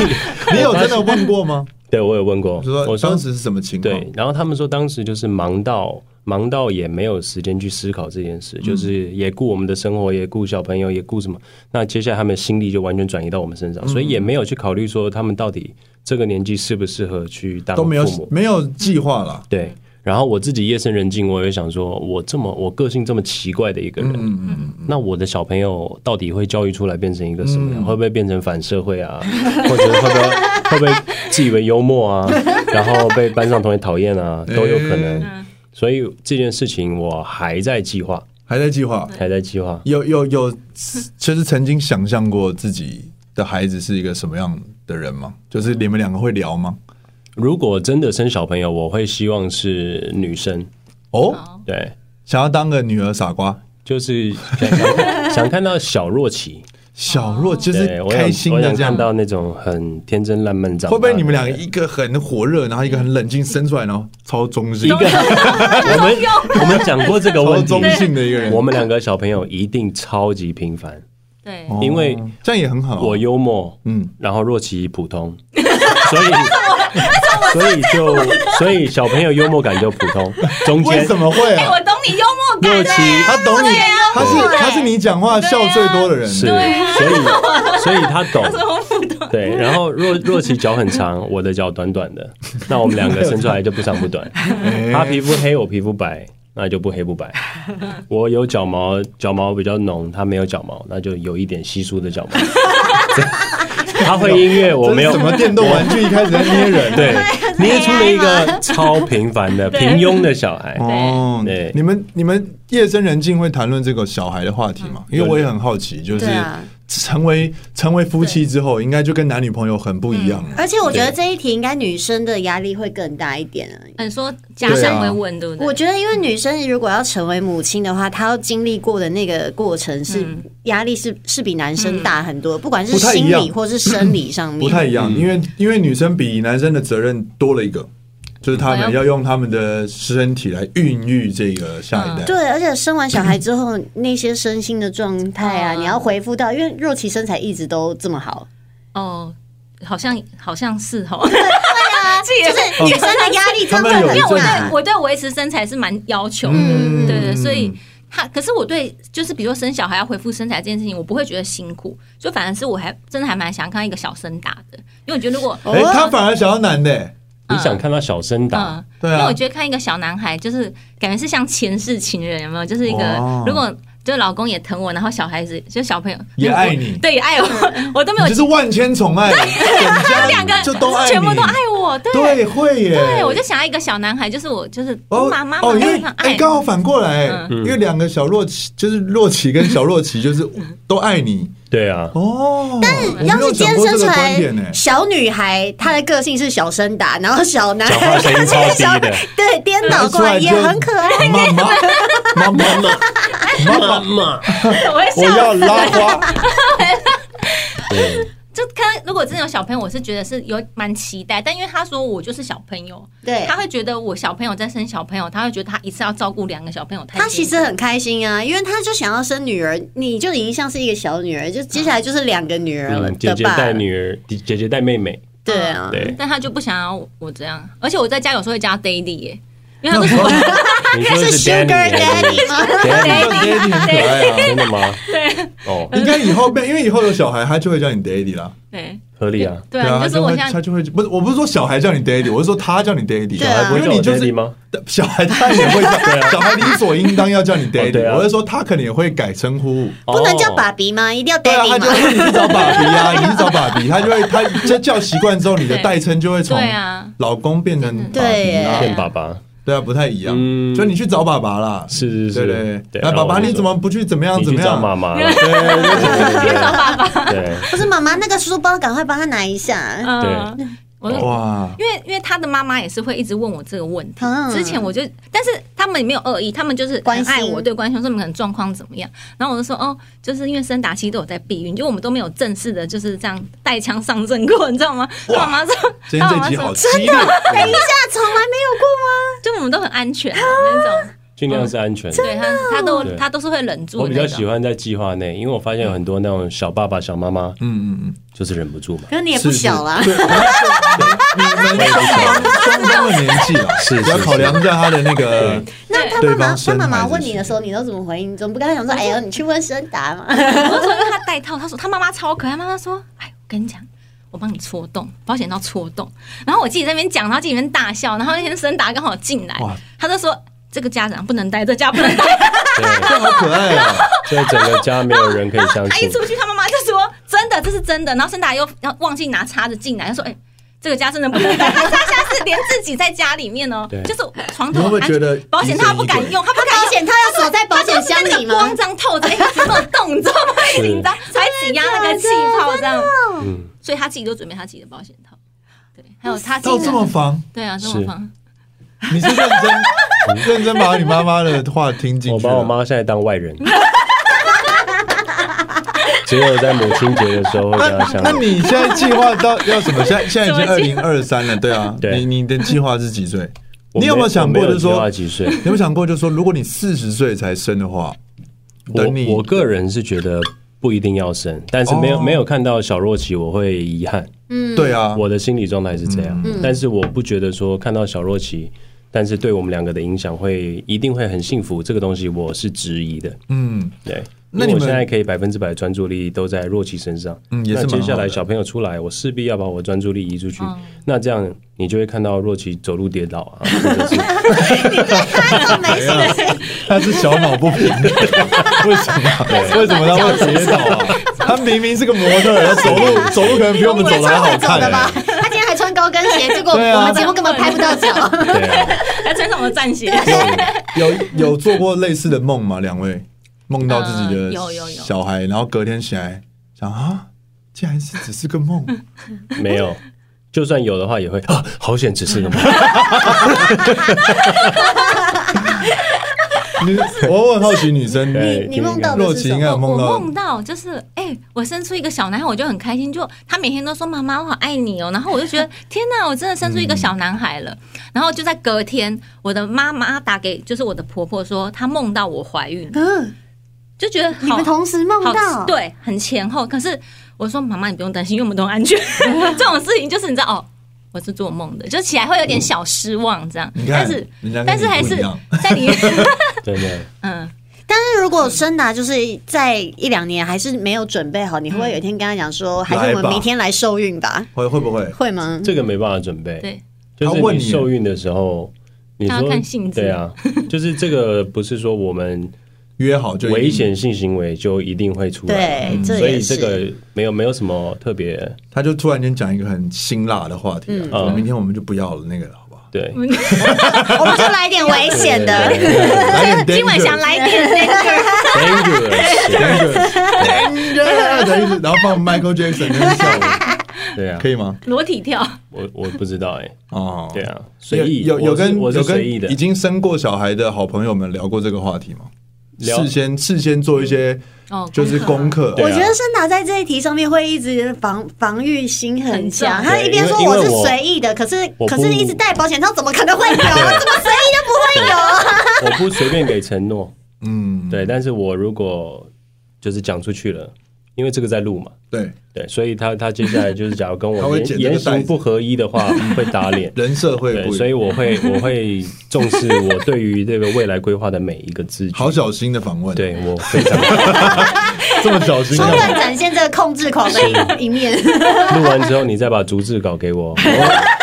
S2: 你有真的问过吗？
S3: 对我有问过，
S2: 我说
S3: 我说
S2: 当时是什么情况？
S3: 对，然后他们说当时就是忙到忙到也没有时间去思考这件事，
S2: 嗯
S3: 就是也顾我们的生活，也顾小朋友，也顾什么。那接下来他们的心力就完全转移到我们
S2: 嗯
S3: 身上，所以也没有去考虑说他们到底这个年纪适不适合去当
S2: 都
S3: 父
S2: 没有
S3: 母，
S2: 没有计划了。
S3: 对。然后我自己夜深人静，我也想说，我这么我个性这么奇怪的一个人，那我的小朋友到底会教育出来变成一个什么样？会不会变成反社会啊？或者会不会会不会自以为幽默啊？然后被班上同学讨厌啊，都有可能。所以这件事情我还在计划，
S2: 还在计划，
S3: 还在计划。
S2: 有有有，就是曾经想象过自己的孩子是一个什么样的人吗？就是你们两个会聊吗？
S3: 如果真的生小朋友，我会希望是女生，
S2: 哦，
S3: 对，
S2: 想要当个女儿傻瓜，
S3: 就是想想想看到小若琪，
S2: 小若就是
S3: 对我
S2: 开心
S3: 想我
S2: 的
S3: 想
S2: 这样
S3: 看。到那种很天真烂漫长大
S2: 会
S3: 的。
S2: 不会你们两个一个很火热，然后一个很冷静生出来，然后超中性，
S3: 一个我们我们讲过这个
S2: 超
S3: 问题
S2: 中，性的一个人？
S3: 我们两个小朋友一定超级平凡。
S6: 对，
S2: 哦
S3: 因为
S2: 这样也很好。
S3: 我幽默，
S2: 哦嗯，
S3: 然后若琪普通，所以所以就所以小朋友幽默感就普通，中
S2: 为
S3: 间
S2: 什么会
S6: 哎，
S2: 啊？
S6: 我懂你幽默
S3: 若
S6: 感
S3: 琪
S6: 嘞，
S2: 他懂你，他是他是你讲话笑最多的人。
S3: 啊是，所
S6: 啊
S3: 以所以他懂。对，然后若若琪脚很长，我的脚短短的，那我们两个生出来就不长不短。
S2: 哎
S1: 哎
S3: 他皮肤黑，我皮肤白，那就不黑 不白。我有脚毛，脚毛比较浓，他没有脚毛，那就有一点稀疏的脚 毛。他会音乐，我没有
S2: 这是什么电动玩具一开始在捏人。
S3: 对，
S1: 啊
S3: 捏出了一个超平 凡的、平庸的小孩。
S2: 哦，
S3: 对
S2: 你们你们夜深人静会谈论这个小孩的话题吗？
S3: 嗯
S2: 因为我也很好奇，就是
S1: 对啊
S2: 成为成为夫妻之后，应该就跟男女朋友很不一样了。
S1: 而且我觉得这一题应该女生的压力会更大一点啊。
S6: 嗯，说家长会问，对不对？
S1: 我觉得，因为女生如果要成为母亲的话，她要经历过的那个过程是压力是是比男生大很多，不管是
S2: 不太一
S1: 心
S2: 样
S1: 理或是生 理上面，
S2: 不太一样，因为因为女生比男生的责任多了一个，就是他们
S6: 嗯
S2: 要用他们的身体来孕育这个下
S6: 嗯
S2: 一代。
S1: 对，而且生完小孩之后，那些身心的状态啊，
S6: 啊
S1: 你要恢复到，因为若琪身材一直都这么好，
S6: 哦，好像好像是 哦，
S1: 就是女生的压力真的
S2: 哦他们有一
S1: 很
S2: 阵子
S1: 大。
S6: 我对维持身材是蛮要求的，
S2: 嗯
S6: 对对，所以他可是我对就是比如说生小孩要恢复身材这件事情，我不会觉得辛苦，就反而是我还真的还蛮想看一个小生打的，因为我觉得如果
S2: 哎，他反而想要男的欸，
S3: 你想看他小声打
S6: 嗯，，
S2: 对
S6: 因为
S2: 啊
S6: 我，觉得看一个小男孩，就是感觉是像前世情人，有没有？就是一个
S2: 哦
S6: 如果就老公也疼我，然后小孩子就小朋友
S2: 也爱
S6: 我
S2: 你
S6: 对，也 爱我，我都没
S2: 你
S6: 有
S2: 就是万千宠 爱，整家
S6: 两个
S2: 就都爱你，
S6: 全部都爱我，对。
S2: 对，会耶。
S6: 对，我就想要一个小男孩，就是我，就是妈妈
S2: 哦，
S6: 妈
S2: 因为
S6: 非常
S2: 哎，
S6: 爱，嗯
S2: 刚好反过来，因为两个小洛奇，就是洛奇跟小洛奇，就是都爱你
S3: 对啊，
S2: 哦。但是
S1: 要是今天生出
S2: 观点呢
S1: 来，小女孩，她的个性是小声打，然后小男
S3: 讲话
S1: 孩
S3: 声音超低的
S1: 对，颠倒过来也很可爱。
S2: 妈妈 妈妈妈妈妈，
S6: 我会
S2: 我
S6: 笑
S2: 要拉 花，
S3: 对，
S6: 就看如果真的有小朋友，我是觉得是有蛮期待，但因为他说我就是小朋友，
S1: 对
S6: 他会觉得我小朋友在生小朋友，他会觉得他一次要照顾两个小朋友太辛苦，
S1: 她其实很开心啊，因为她就想要生女儿，你就已经像是一个小女儿，就接下来就是两个女儿了
S3: 嗯，姐
S1: 的
S3: 姐
S1: 爸。
S3: 带女儿，姐姐带妹妹，
S1: 对啊，
S3: 对，
S6: 但他就不想要我这样，而且我在家有时候会叫他 Daddy 耶、因为他
S2: 那
S6: 都
S2: 我
S6: 说
S3: 你说的
S1: Sugar Daddy 吗？
S3: Danny，Danny
S2: 爹地很
S3: Danny，
S2: 可爱啊。
S3: 真的吗？对，哦，
S2: 应该以后被，因为以后有小孩，他就会叫你 daddy 啦。
S6: 对
S3: 合理啊。
S6: 对
S2: 啊，
S6: 啊，
S2: 他
S6: 你就说
S2: 就
S6: 我
S2: 会
S6: 现在
S2: 他就会不是，我不是说小孩叫你 daddy，我是说他叫你 daddy。
S1: 对啊
S3: 不会
S2: 因为
S3: 叫
S2: 你
S3: 我
S2: 就
S3: daddy
S2: 是
S3: 吗？
S2: 小孩他也会叫，小孩理所应当要叫你
S3: 哦对
S2: daddy。
S3: 啊
S2: 我是说他可能也会改称呼。
S1: 不能叫
S3: 哦
S1: 爸比吗？一定要
S2: 对啊，
S1: daddy
S2: 他
S1: 吗
S2: 就？会你去找爸比啊，你去找爸比，他就会他就叫习惯之后，你的代称就会从
S6: 对啊
S2: 老公变成爸比
S1: 对
S2: 啊
S1: 耶，
S3: 骗爸爸，
S2: 对啊，不太一样，
S3: 嗯
S2: 就你去找爸爸啦，
S3: 是是
S2: 对
S3: 是
S2: 对对，
S3: 对
S2: 哎，
S3: 然
S2: 爸
S3: 后
S2: 爸
S3: 我就
S2: 你怎么不去怎么样
S3: 你
S2: 怎
S3: 去
S2: 么
S3: 找
S2: 样？
S3: 妈妈，
S2: 对对对
S3: 对，
S1: 不是妈妈，那个书包赶快帮她拿一 下。
S6: 嗯，我
S2: 对，
S6: 就。
S2: 哇，
S6: 因为因为他的妈妈也是会一直问我这个问题，
S1: 嗯
S6: 之前我就，但是他们也没有恶意，他们就是很爱
S1: 关
S6: 我，
S1: 心
S6: 对关心，说你们可能状况怎么样，然后我就说哦，就是因为森达西都有在避孕，就我们都没有正式的就是这样带枪上阵过，你知道吗？
S2: 哇
S6: 爸妈说，
S2: 今天
S6: 爸
S2: 这
S6: 妈
S2: 集
S6: 说
S2: 好，激烈，
S1: 等一下，从来没有过吗？
S6: 就我们都很安全的那种，
S3: 尽量是安全的。
S6: 对他他都
S3: 对
S6: 他都是会忍住
S3: 我
S6: 的
S3: 比
S6: 那
S3: 较喜
S6: 种。
S3: 欢在计划内，因为我发现有很多那种小爸爸、小妈妈，
S2: 嗯嗯嗯，
S3: 就是忍不住嘛。
S1: 可是你也
S2: 是
S1: 不小啦，
S2: 是对你们是双双方的年纪了，
S3: 是
S2: 要
S3: 是
S2: 考量一下他的那个，
S1: 那他
S2: 对
S1: 妈妈
S2: 方
S1: 他
S2: 生
S1: 妈妈
S2: 孩子
S1: 问
S2: 是
S1: 你的时候，你都怎么回应？你怎么不跟他讲
S3: 嗯
S1: 说，哎呦，你去问申达嘛？
S6: 我说因为他带套，他说他妈妈超可爱，妈妈说，哎，我跟你讲，我帮你戳洞，保险套戳洞。然后我自己在那边讲，然后自己在那边大笑，然后那天森达刚好进来
S2: 哇，
S6: 他就说这个家长不能待，这家不能待。
S3: 对，
S2: 这好可爱啊！
S3: 所以整个家没有人可以 相
S6: 他一
S3: 信。
S6: 出去，他妈妈就说：“真的，这是真的。”然后森达又然后忘记拿叉子进来，他说：“哎、这个家真的不能带。”他他下次连自己在家里面哦
S3: 对，
S6: 就是床
S2: 你会
S6: 头
S2: 不会
S6: 安
S2: 觉
S6: 全
S2: 得
S6: 保险套不敢
S2: 疑神疑鬼
S6: 用，他不敢
S1: 保
S6: 用。
S1: 险套要锁在保险箱里
S6: 那个
S1: 吗
S6: 光？张透着，哎有没有动，你知道吗？ 一紧张，还挤压那个气泡这样，
S3: 嗯，
S6: 所以他自己都准备他自己的保险套。对，还有他自
S2: 到
S6: 己
S2: 这么
S6: 的。
S2: 防，
S6: 对啊，这
S3: 是
S6: 么放。
S2: 你是认真认真把你妈妈的话听进
S3: 我
S2: 去
S3: 把
S2: 了？
S3: 我妈现在当外人， 只有在母亲节的时候会
S2: 那
S3: 跟她相
S2: 那
S3: 遇。
S2: 你现在计划到要什么？现在现在已经二零
S6: 怎么计
S2: 二三了，对啊。
S3: 对
S2: 你你的计划是几岁？
S3: 我
S2: 你有没有想过，
S3: 我
S2: 就
S3: 没有
S2: 是
S3: 计划
S2: 说，
S3: 几岁？
S2: 你有没有想过，就是说，如果你四十岁才生的话，等你
S3: 我我个人是觉得不一定要生，但是没有、
S2: 哦
S3: 没有看到小若琪，我会遗憾。
S2: 对啊，
S3: 我的心理状态是这样，但是我不觉得说看到小若琪，但是对我们两个的影响会一定会很幸福，这个东西我是质疑的。
S2: 嗯，
S3: 对，
S2: 那
S3: 因为
S2: 你
S3: 我
S2: 们
S3: 现在可以百分之百专注力都在若琪身上，
S2: 嗯也是
S3: 那
S2: 蛮好的
S3: 接下来小朋友出来，我势必要把我专注力移出去，那这样你就会看到若琪走路跌倒啊，或者是
S2: 怎样？他是小脑不平， 为什么？为什么他会跌倒啊？ 他明明是个模特儿，他走路走路可能比我们走的还好
S1: 走
S2: 看
S1: 的吧
S2: 欸。？
S1: 他今天还穿高跟鞋，结果
S2: 对啊
S1: 我们节目根本拍不到脚。
S3: 对啊，
S6: 还穿上我的战鞋，
S2: 有有做过类似的梦吗？两位梦到自己的
S6: 呃有有有
S2: 小孩，然后隔天起来想啊，竟然是只是个 梦。
S3: 没有。就算有的话，也会啊，好险，只是个梦。
S2: 你我很好奇女生，
S3: 对
S1: 你梦到
S2: 若
S1: 的是
S2: 琪
S1: 什
S2: 应该有
S1: 么？
S2: 梦
S6: 我
S2: 到
S6: 梦到就是，哎、我生出一个小男孩，我就很开心。就他每天都说妈妈，我好爱你哦。然后我就觉得天哪，我真的生出一个小男孩了。然后就在隔天，我的妈妈打给就是我的婆婆说，她梦到我怀孕，
S1: 嗯，
S6: 就觉得
S1: 你
S6: 好
S1: 们同时梦
S6: 好
S1: 到？，
S6: 对，很前后。可是我说妈妈，你不用担心，因为我们都很安全。这种事情就是你知道哦。我是做梦的，就起来会有点小失望这样
S2: 你，看
S6: 但是
S2: 人家跟
S6: 但是
S2: 你不
S6: 还是
S2: 一样
S6: 在 里面，
S3: 真的，
S6: 嗯，
S1: 但是如果生达就是在一两年还是没有准备好，你会不会有一天跟他讲说，还是我
S2: 来吧
S1: 们明天来受孕吧？
S2: 会会不会？
S1: 会吗？
S3: 这个没办法准备。
S6: 对，
S3: 就
S2: 他
S3: 是
S2: 问
S3: 你
S2: 你
S3: 受孕的时候，你
S6: 他要
S3: 说
S6: 看性质
S3: 对啊，就是这个不是说我们
S2: 约好就一定
S3: 危，险性行为就一定会出来，
S1: 对，这
S3: 所
S1: 也
S3: 以这
S1: 是。
S3: 个没有没有什么特别
S2: 他就突然间讲一个很辛辣的话题啊，
S1: 嗯
S2: 说
S3: 嗯
S2: 明天我们就不要了那个了，好不好？
S3: 对。
S1: 我们就来点危险的。
S3: 对对对对
S2: 来点
S6: 今晚想
S2: danger
S6: 来点那个，
S2: danger 的
S3: dangerous，
S2: 意思，然后放 Michael Jackson 跟效果，
S3: 对啊
S2: 可，以吗？
S6: 裸体跳，
S3: 我我不知道哎，
S2: 哦，
S3: 对。啊，随意，
S2: 有有有
S3: 我是
S2: 跟
S3: 我
S2: 有
S3: 是
S2: 跟
S3: 随意的
S2: 已，经生过小孩的好朋友们聊过这个话题吗？
S3: 聊
S2: 事先事先做一些
S6: 哦，
S2: 就是功课，
S3: 对
S1: 我
S3: 啊
S1: 觉得森达在这一题上面会一直防防御心很强，
S6: 很重
S1: 他一边说
S3: 对因为
S1: 我是
S3: 因为我
S1: 随意的，可是
S3: 我不
S1: 可是一直戴保险套，怎么可能会有？怎么随意都不会有？ 啊
S3: 我不随便给承诺，
S2: 嗯，
S3: 对，但是我如果就是讲出去了，因为这个在录嘛，
S2: 对，
S3: 对，所以他他接下来就是，假如跟
S2: 他
S3: 我
S2: 会剪
S3: 言
S2: 这个
S3: 言
S2: 带
S3: 行
S2: 子
S3: 不合一的话，会打脸。
S2: 人设会
S3: 对，
S2: 不一
S3: 所以
S2: 样，
S3: 我会我会重视我对于这个未来规划的每一个字句。
S2: 好，小心的访问，，
S3: 对我非常
S2: 这么小心
S1: 充
S3: 啊
S2: 干
S1: 分
S2: 嘛？
S1: 展现这个控制狂的一一 面。
S3: 录完之后，你再把逐字稿给我。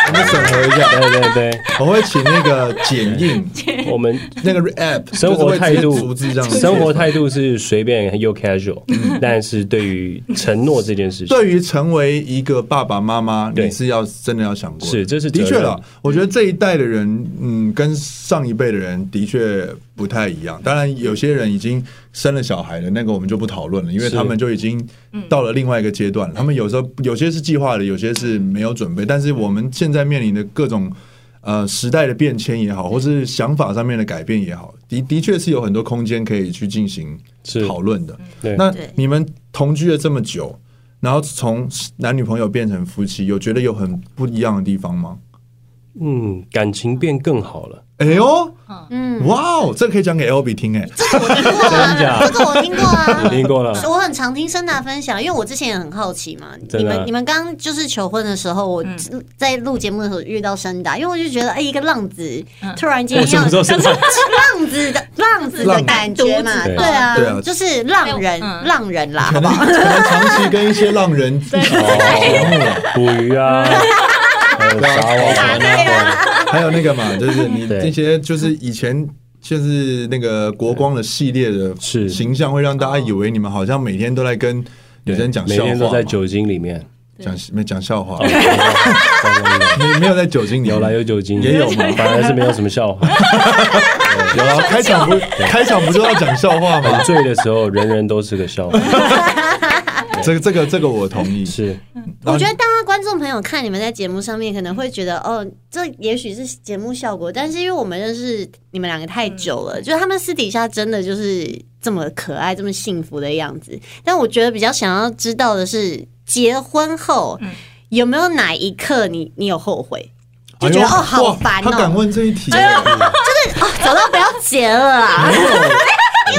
S2: 我们审核一
S3: 对
S2: 下，
S3: 对
S2: 我会请那个剪 映
S3: 对，我们
S2: 那个 app，
S3: 生活态
S2: 就是会
S3: 度
S2: 直接逐字这样，
S3: 生活态度是随便又 casual，但是对于承诺这件事情，
S2: 嗯对于成为一个爸爸妈妈，
S3: 对
S2: 你是要真的要想过的，
S3: 是这是责
S2: 的
S3: 任
S2: 确了。我觉得这一代的人，嗯，跟上一辈的人的确不太一样。当然，有些人已经生了小孩了，那个我们就不讨论了，因为
S3: 是
S2: 他们就已经到了另外一个阶段了。他们有时候有些是计划的，有些是没有准备。但是我们现在面临的各种。呃，时代的变迁也
S1: 嗯
S2: 好，或是想法上面的改变也好，的的确是有很多空间可以去进行
S3: 是
S2: 讨论的。
S3: 对
S2: 那
S1: 嗯对
S2: 你们同居了这么久，然后从男女朋友变成夫妻，有觉得有很不一样的地方吗？
S3: 嗯，感情变更好了。
S2: 哎呦，
S1: 嗯，
S2: 哇哦，这可以讲给 L B 听哎，
S1: 这个我听过
S3: 真假
S1: 啊， 这个我听过
S3: 我
S1: 啊。
S3: 听过了，
S1: 我很常听声娜分享，因为我之前也很好奇嘛。
S3: 真
S1: 你
S3: 的啊
S1: 们你们刚刚就是求婚的时候，我
S6: 嗯
S1: 在录节目的时候遇到声达，因为我就觉得，哎、一个浪子、
S6: 嗯
S1: 突然间
S3: 我什
S1: 要
S3: 么时候是哦这样
S1: 浪子的浪子的感觉嘛，
S3: 浪子
S1: 对啊，
S2: 对啊
S1: 就是浪人、
S6: 嗯
S1: 浪人啦，
S2: 可
S1: 好不好？
S2: 能可能长期跟一些浪 人一起
S3: 哦，捕鱼啊，还有撒网啊船啊，
S2: 还有那个嘛，就是你
S3: 对
S2: 那些就是以前就是那个国光的系列的
S3: 是
S2: 形象，会让大家以为你们好像每天都在跟女生讲
S3: 每
S2: 笑话
S3: 天
S2: 嘛，
S3: 都在酒精里面，
S2: 讲没讲笑话
S3: 哦，
S2: 没没有在酒精里
S3: 有啦有酒精，
S2: 也 有嘛
S3: 反而是没有什么笑 话。
S2: 有啊，开场不开场不就要讲笑话吗
S3: 很？醉的时候，人人都是个笑话，
S2: 这个这个这个我同意，
S3: 是
S2: 然后
S1: 我觉得大家观众朋友看你们在节目上面，可能会觉得哦，这也许是节目效果，但是因为我们认识你们两个太久了，就是他们私底下真的就是这么可爱、这么幸福的样子。但我觉得比较想要知道的是，结婚后、有没有哪一刻你你有后悔？就觉得、
S2: 哎呦
S1: 哦，好
S2: 哇
S1: 烦
S2: 他敢
S1: 哦，
S2: 问这一题，欸
S1: 哦，早知道不要结了啦。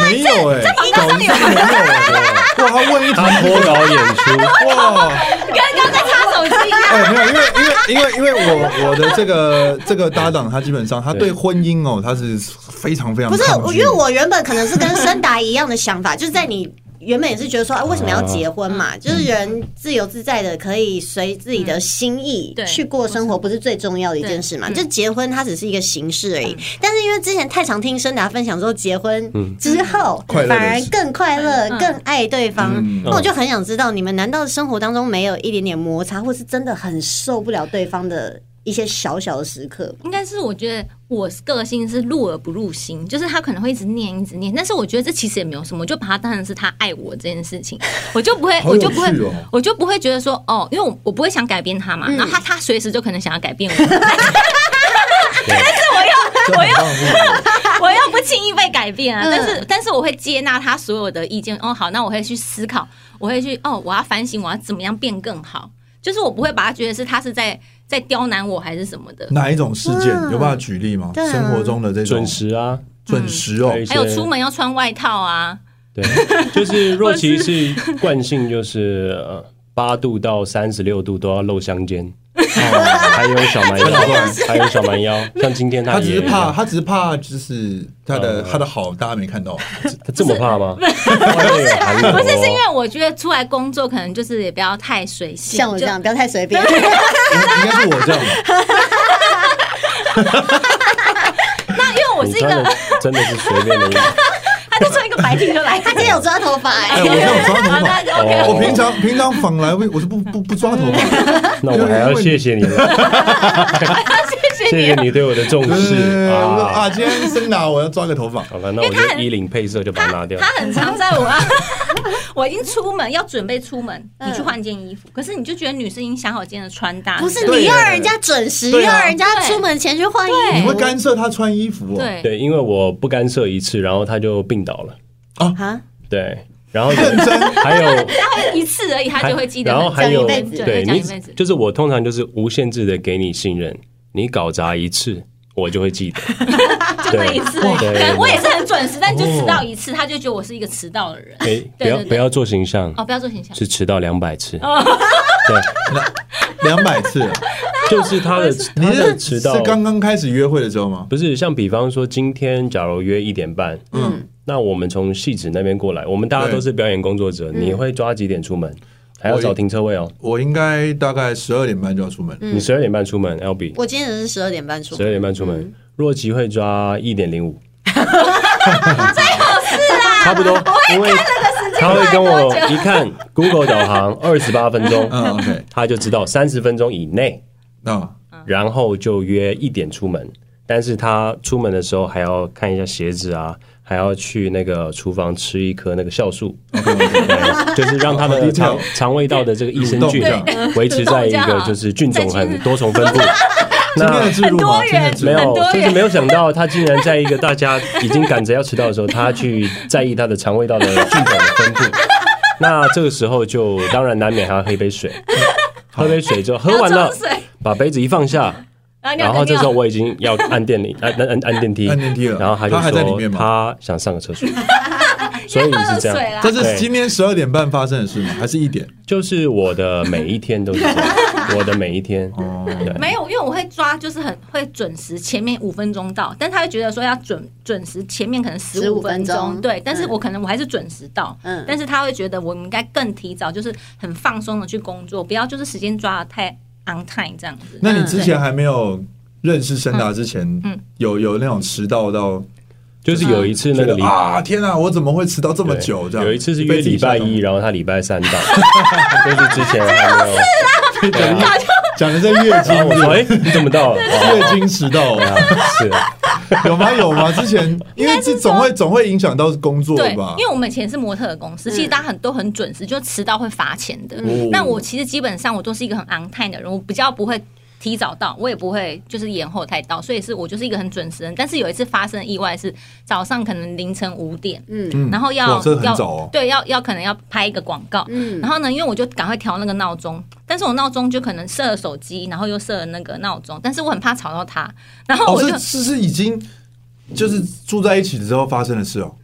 S2: 没有哎，早知道没有哎， 哇，他问一题
S3: 他脱稿演出，
S2: 哇。
S6: 刚刚在擦手机，啊
S2: 哎，没有，因为因为因为因为我我的这个这个搭档，他基本上他对婚姻哦，他是非常非常
S1: 不是，
S2: 抗
S1: 我
S2: 拒
S1: 因为我原本可能是跟申达一样的想法， 就是在你原本也是觉得说，哎、为什么要结婚
S2: 啊
S1: 嘛？
S2: 嗯
S1: 就是人自由自在的，可以随自己的心意
S6: 嗯对
S1: 去过生活，不是最重要的一件事嘛？
S6: 对嗯
S1: 就结婚它只是一个形式而已。但是因为之前太常听申达分享说，结婚之后、
S2: 嗯快乐的
S1: 反而更快乐、
S6: 嗯
S1: 更爱对方。
S2: 嗯
S1: 那我就很想知道，你们难道生活当中没有一点点摩擦，或是真的很受不了对方的一些小小的时刻吗？
S6: 应该是我觉得我个性是入耳不入心，就是他可能会一直念一直念，但是我觉得这其实也没有什么，我就把它当成是他爱我这件事 情，我就不会，
S2: 好
S6: 我
S2: 有
S6: 就不会
S2: 趣哦，
S6: 我就不会觉得说哦，因为我我不会想改变他嘛，
S2: 嗯
S6: 然后他他随时就可能想要改变我，
S2: 我要
S6: 我又不轻易被改变啊，
S1: 嗯
S6: 但是但是我会接纳他所有的意见。哦，好，那我会去思考，我会去哦，我要反省，我要怎么样变更好。就是我不会把他觉得是他是在在刁难我还是什么的。
S2: 哪一种事件
S1: 哇
S2: 有办法举例吗？
S1: 对啊
S2: 生活中的这种
S3: 准时嗯啊，
S2: 准时哦
S3: 还，有一些
S6: 还有出门要穿外套啊，
S3: 对， 就是若琪是惯性，就是呃八度到三十六度都要露 香肩，哦还有小蛮腰，还有小蛮腰， 像今天
S2: 他
S3: 他
S2: 只
S3: 也呃
S2: 是怕他只是怕就是他的他的好大家没看到，
S3: 他这么怕吗？不 哦
S6: 不是是因为我觉得出来工作可能就是也不要太随性，
S1: 像我这样，不要太随 便。
S2: 应应该是我这样，
S6: 就。那因为我
S3: 你
S6: 是一
S3: 穿的
S6: 个，
S3: 真的是随便 的衣服，
S6: 他就穿一个白 T 就
S3: 哎
S6: 来，
S1: 哎他今天有抓头发、哎
S2: 哎，我这样抓头发。
S6: OK，
S3: 哦嗯
S2: 我平常平常访来，我我是不不不抓头发，
S3: 那我还要谢谢你了，
S6: 谢谢
S3: 谢
S6: 你
S3: 谢
S6: 哦。
S3: 你对我的重
S2: 对对
S3: 视
S2: 对对我说
S3: 啊
S2: 啊，！今天生拿我要抓个头发，
S3: 好吧，那我就衣领配色就把它拿掉
S6: 他。很常在我要， 我已经出门要准备出门，你去换件衣服，可是你就觉得女生已经想好今天的穿搭，
S1: 不是
S2: 对
S1: 你要
S2: 耶
S1: 人家准时，
S2: 对啊
S1: 要人家出门前去换衣
S6: 对
S2: 你
S1: 服
S2: 会干涉他穿衣服哦。
S6: 对
S3: 对，因为我不干涉一次，然后他就病倒了。
S2: 哦
S1: 啊？
S3: 对，然后就
S2: 认真，
S3: 还有
S6: 他一次而已，他就会记得
S3: 然
S6: 很久。
S3: 后还有
S1: 讲一辈子
S3: 对
S6: 讲
S3: 你
S6: 一辈子
S3: 就是我通常就是无限制的给你信任，你搞砸一次我就会 记得，
S6: 就那一次而已。
S3: 对
S6: 可 能我也是很准时，但就迟到一次，他就觉得我是一个迟到的人。
S3: 哎，不
S6: 对
S3: 要
S6: 对
S3: 不要做形象，
S6: 哦，不哦要做形象，
S3: 是迟到两百次，对，
S2: 两百次了，
S3: 就是他 的
S2: 你
S3: 他的
S2: 是
S3: 迟到
S2: 是刚刚开始约会的时候吗？
S3: 不是像比方说今天假如约一点半，嗯，那我们从戏子那边过来，我们大家
S2: 对
S3: 都是表演工作者，你会抓几点出门？还要
S2: 我
S3: 找停车位哦，
S2: 我应该大概十二点半就要出门，
S3: 你十二点半出门，L B
S1: 我今天只是十二点半出
S3: 十二
S1: 门，
S3: 点半出门，若琪会抓一点零 五，最好是啦，差不多，因为他会跟我一看 Google 导航二十八分钟，
S2: 嗯，OK，
S3: 他就知道三十分钟以内，
S2: 那
S3: 然后就约一点出门，但是他出门的时候还要看一下鞋子啊。还要去那个厨房吃一颗那个酵素，对就是让他
S2: 好
S3: 的
S2: detail
S3: 肠肠胃道的这个益生菌
S2: 蠕动
S3: 维持在
S6: 蠕动
S3: 一
S6: 这
S3: 个
S6: 样
S3: 就是菌种
S6: 在
S3: 很
S6: 菌
S3: 多重分 布。
S2: 今天的置入吗？今
S6: 很多
S2: 天的
S6: 人
S2: 置
S3: 没
S2: 入
S3: 有
S6: 很，多
S3: 就是
S6: 人
S3: 没有想到他竟然在一个大家已经赶着要迟到的时候，他去在意他的肠胃道的菌种的分布。 那这个时候就当然难免还要喝一杯水，喝杯水之后喝完了
S6: 哦要装水，啊
S3: 把杯子一放下，
S6: 然后尿
S3: 然
S6: 个
S3: 后这时候
S6: 尿，
S3: 我已经要按电铃， 按按按按电梯，
S2: 按电梯了
S3: 然后他
S2: 他还
S3: 就
S2: 在里
S3: 说
S2: 面吗
S3: 他想上个厕所，所以
S6: 喝
S3: 是这
S6: 水
S3: 样，
S6: 啦
S2: 这。是
S3: 对
S2: 今天十二点半发生的事吗？还是一点？
S3: 就是我的每一天都是这样， 我的每一天，
S2: 哦，
S6: 没有，因为我会抓，就是很会准时，前面五分钟到，但他会觉得说要准准时，前面可能十
S1: 15
S6: 五
S1: 分
S6: 分
S1: 钟
S6: 钟，对
S1: 嗯，
S6: 但是我可能我还是准时到，
S1: 嗯
S6: 但是他会觉得我们应该更提早，就是很放松的去工作，不要就是时间抓的太 on time 这样子。
S2: 那你
S1: 嗯
S2: 之前还没有认识申达之前
S6: 嗯，
S2: 有有那种迟到到
S3: 就是有一次那个
S2: 觉
S3: 礼
S2: 得啊，天哪，我怎么会迟到这么
S3: 对
S2: 久？这样
S3: 有一次是约礼拜一，，然后他礼 拜三到，就是之前还没有。
S2: 被自己吓到
S3: 啊
S2: 讲的讲的在月
S3: 然后
S2: 经
S3: 我说：“哎，你怎么 到了？”哦
S2: 月经迟到
S3: 对
S2: 啊，
S3: 啊，是
S2: 有吗？有吗？之前因为这总会总会影响到工作
S6: 对
S2: 吧，
S6: 因？为我们以前是模特的公
S1: 嗯
S6: 司，其实大家很都很准时，就迟到会罚钱的。
S2: 嗯
S6: 那我其实基本上我都是一个很 on time 的人，我比较不会提早到，我也不会就是延后太到，所以是我就是一个很准时的人。但是有一次发生意外是早上可能凌晨五点，
S1: 嗯
S2: 嗯
S6: 然后
S2: 哇
S6: 要
S2: 这很
S6: 要
S2: 早哦
S6: 对要要可能要拍一个广告，
S1: 嗯
S6: 然后呢，因为我就赶快调那个闹钟，但是我闹钟就可能设了手机，然后又设了那个闹钟，但是我很怕吵到他，然后
S2: 哦，
S6: 我就是
S2: 是是已经就是住在一起之后发生的事哦。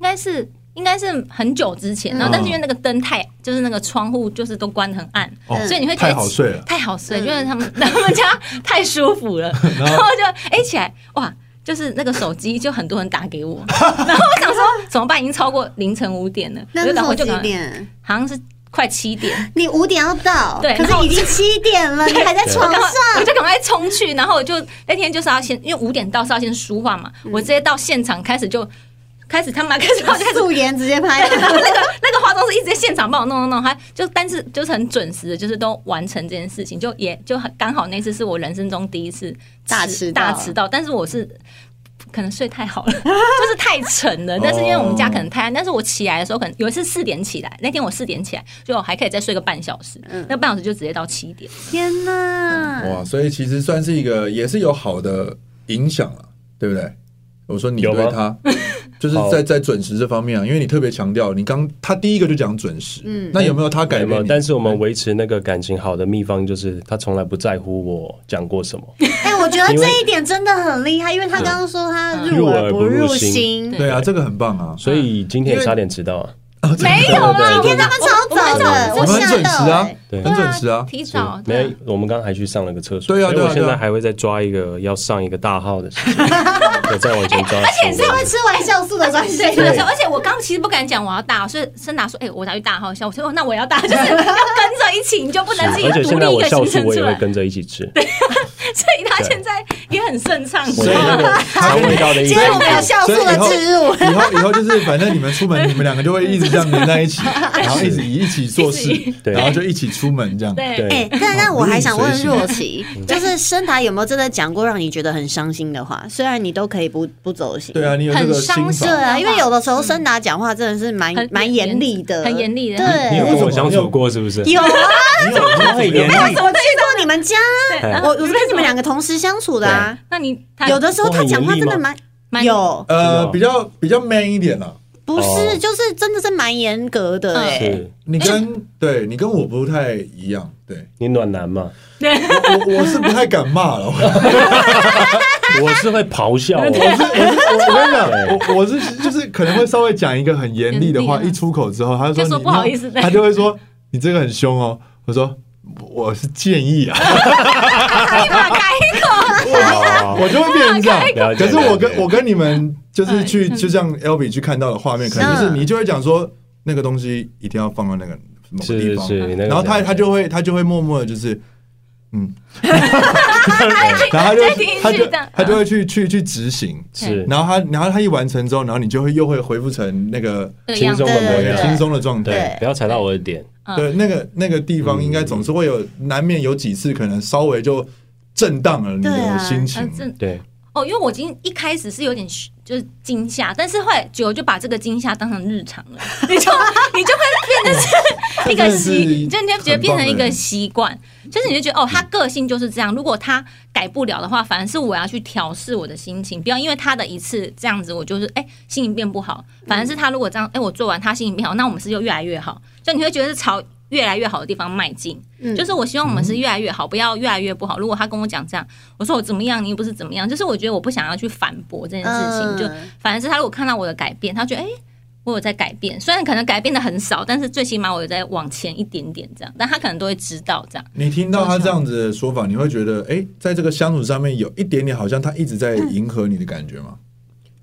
S6: 应该是。应该是很久之前，
S2: 嗯
S6: 然后但是因为那个灯太，就是那个窗户就是都关得很暗，
S2: 哦
S6: 所以你会觉得
S2: 太好睡了，
S6: 太好睡，
S1: 嗯
S6: 因为他们 他们家太舒服 了，然后就哎、起来哇，就是那个手机就很多人打 给我，然后我想说怎么办，已经超过凌晨五点了，
S1: 那
S6: 我就
S1: 时
S6: 赶
S1: 候
S6: 快就
S1: 几
S6: 赶快，
S1: 点？
S6: 好像是快七点，
S1: 你五点要到，
S6: 对
S1: 可
S6: 然后
S1: 是已经七点了，你还在床
S6: 然后
S1: 上。
S6: 我就赶快冲去，然后我就那天就是要先，因为五点到是要先梳化嘛，
S1: 嗯
S6: 我直接到现场开始就开始他妈开始开始
S1: 素颜直接拍，
S6: 然后那个 那个化妆师一直在现场帮我弄弄弄，还就但是就是很准时的，就是都完成这件事情，就也就很刚好那次是我人生中第一次
S1: 大迟
S6: 迟
S1: 到
S6: 大迟到，但是我是。可能睡太好了，就是太沉了。但是因为我们家可能太暗，但是我起来的时候可能有一次四点起来，那天我四点起来，就我还可以再睡个半小时，
S3: 嗯
S6: 那半小时就直接到七点。
S1: 天 哪！
S2: 哇，所以其实算是一个也是有好的影响了，对不对？我说你
S3: 有
S2: 对
S3: 吗
S2: 他， 就是
S3: 好
S2: 在在准时这方面啊，因为你特别强调，你刚他第一个就讲准时，嗯，那有没有他改
S3: 没
S2: 变
S3: 有，
S2: 你？
S3: 但是我们维持那个感情好的秘方就是，他从来不在乎我讲过什么。
S2: 嗯
S1: 哎，我觉得这一点真的很厉害，因为他刚刚说他
S6: 嗯
S1: 入耳不入心，
S2: 对啊，这个很棒啊，
S3: 所以今天也差点迟到啊！
S6: 没有 啊
S3: 对
S6: 啦，
S3: 对
S1: 今天他们超早的，
S2: 我
S1: 我
S2: 们很
S1: 吓
S2: 准时
S1: 到
S2: 啊
S1: 哎。，
S3: 对
S2: 很准时啊，
S6: 提早
S3: 是没有，我们刚刚还去上了个厕所。
S2: 对啊
S3: 所以
S2: 对啊
S3: 我现
S2: 对
S3: 在
S2: 啊
S3: 还会再抓一个要上一个大号的事 情，对再往前抓
S1: 而且
S3: 十五
S1: 是会吃完酵素的关系，
S6: 对，而且我刚其实不敢讲我要大，所以森达说：“哎、我打去大号笑。”我说：“哦，那我要大，就是 要跟着一起，你就不能自己
S3: 而且
S6: 独
S3: 现在
S6: 立一
S3: 我
S6: 个
S3: 酵
S6: 行
S3: 素
S6: 程
S3: 我
S6: 出
S3: 也会
S6: 来。”
S3: 跟着一起吃，
S6: 所以他现在也很顺畅，
S3: 所以那个肠胃道的益
S1: 今
S3: 生
S1: 天我们有酵素的植入，
S2: 以后以后就是，反正你们出门，你们两个就会一直这样黏在一起，然后一起一起做事
S6: 一起，
S3: 对
S2: 然后就一起出门这样。
S6: 对。
S3: 对
S1: 哎、但但我还想问
S2: 嗯
S1: 若琪，就是申达有没有真的讲过让你觉得很伤心的话？虽然你都可以不不走心，
S2: 对啊，你有这个
S6: 很
S2: 心
S6: 伤
S1: 对
S6: 心
S2: 法。
S1: 啊，因为有的时候申达讲话真的是蛮
S6: 很
S1: 蛮严厉的，
S6: 很严厉的
S1: 对，
S3: 你有
S2: 为什
S3: 跟
S2: 么
S3: 我相处过是不是？
S1: 哎有啊，哎
S2: 你有你有
S3: 会
S2: 这个
S3: 严
S1: 我
S3: 厉
S1: 去过你们家，
S6: 然
S1: 我
S6: 后
S1: 我是跟你们两个同时相处的啊。
S6: 那你他
S1: 有的时候他讲话真的
S3: 我很严厉吗
S1: 蛮
S6: 蛮
S1: 有，
S2: 呃，比较比较 man 一点啦。啊
S1: 不是
S3: 哦
S1: 就是真的是蛮严格的哎、
S3: 是
S2: 你跟对你跟我不太一样，对
S3: 你暖男嘛？
S2: 我我我是不太敢骂了。我
S3: 我是会咆哮哦，
S2: 我跟你讲，我我是就是可能会稍微讲一个很严厉的话，
S6: 严厉啊
S2: 一出口之后，他就说
S6: 就说
S2: 你
S6: 不好意思
S2: 他就会说你这个很凶哦。我说我是建议啊。
S6: 立马改口，
S3: 哇
S2: 哦我就会变成这样
S3: 了。解
S2: 可是我跟
S3: 了解
S2: 我跟你们就是去，
S6: 嗯
S2: 就像 L B 去看到的画面，可能就是你就会讲说那个东西一定要放到那个某个地
S3: 是
S2: 方，
S3: 是是，
S2: 然后他他就会他就会默默的就是。嗯，然后他就
S6: 再听一句
S2: 他就
S6: 这样
S2: 他就会去去去执行，
S3: 是
S2: 然后他然后他一完成之后，然后你就会又会恢复成那个
S6: 这个
S3: 轻
S6: 样
S3: 松
S6: 子。
S3: 的模
S1: 对
S3: 样，
S2: 轻松的状态
S3: 对，嗯不要踩到我的点。
S6: 嗯
S2: 对，那个那个地方应该总是会有，难免有几次可能稍微就震荡了你
S1: 对啊
S2: 的心
S6: 呃
S2: 情，
S6: 这
S3: 对，
S6: 哦，因为我已经一开始是有点就是惊吓，但是后来久了就把这个惊吓当成日常了，你就你就会变成是一个习，
S2: 这
S6: 就
S2: 真
S6: 你
S2: 的
S6: 就是觉得变成一
S2: 很棒的欸
S6: 个
S2: 人
S6: 习惯，就是你就觉得哦，他个性就是这样，如果他改不了的话，反而是我要去调试我的心情，不要因为他的一次这样子，我就是哎、心情变不好，反而是他如果这样，哎、我做完他心情变好，那我们是就越来越好，就你会觉得是朝越来越好的地方迈进。
S1: 嗯
S6: 就是我希望我们是越来越好，不要越来越不好。如果他跟我讲这样，我说我怎么样，你又不是怎么样，就是我觉得我不想要去反驳这件事情。
S1: 嗯
S6: 就反而是他如果看到我的改变，他觉得哎、诶我有在改变，虽然可能改变的很少，但是最起码我有在往前一点点这样，但他可能都会知道这样。
S2: 你听到他这样子的说法，你会觉得，哎，在这个相处上面有一点点好像他一直在迎合你的感觉 吗？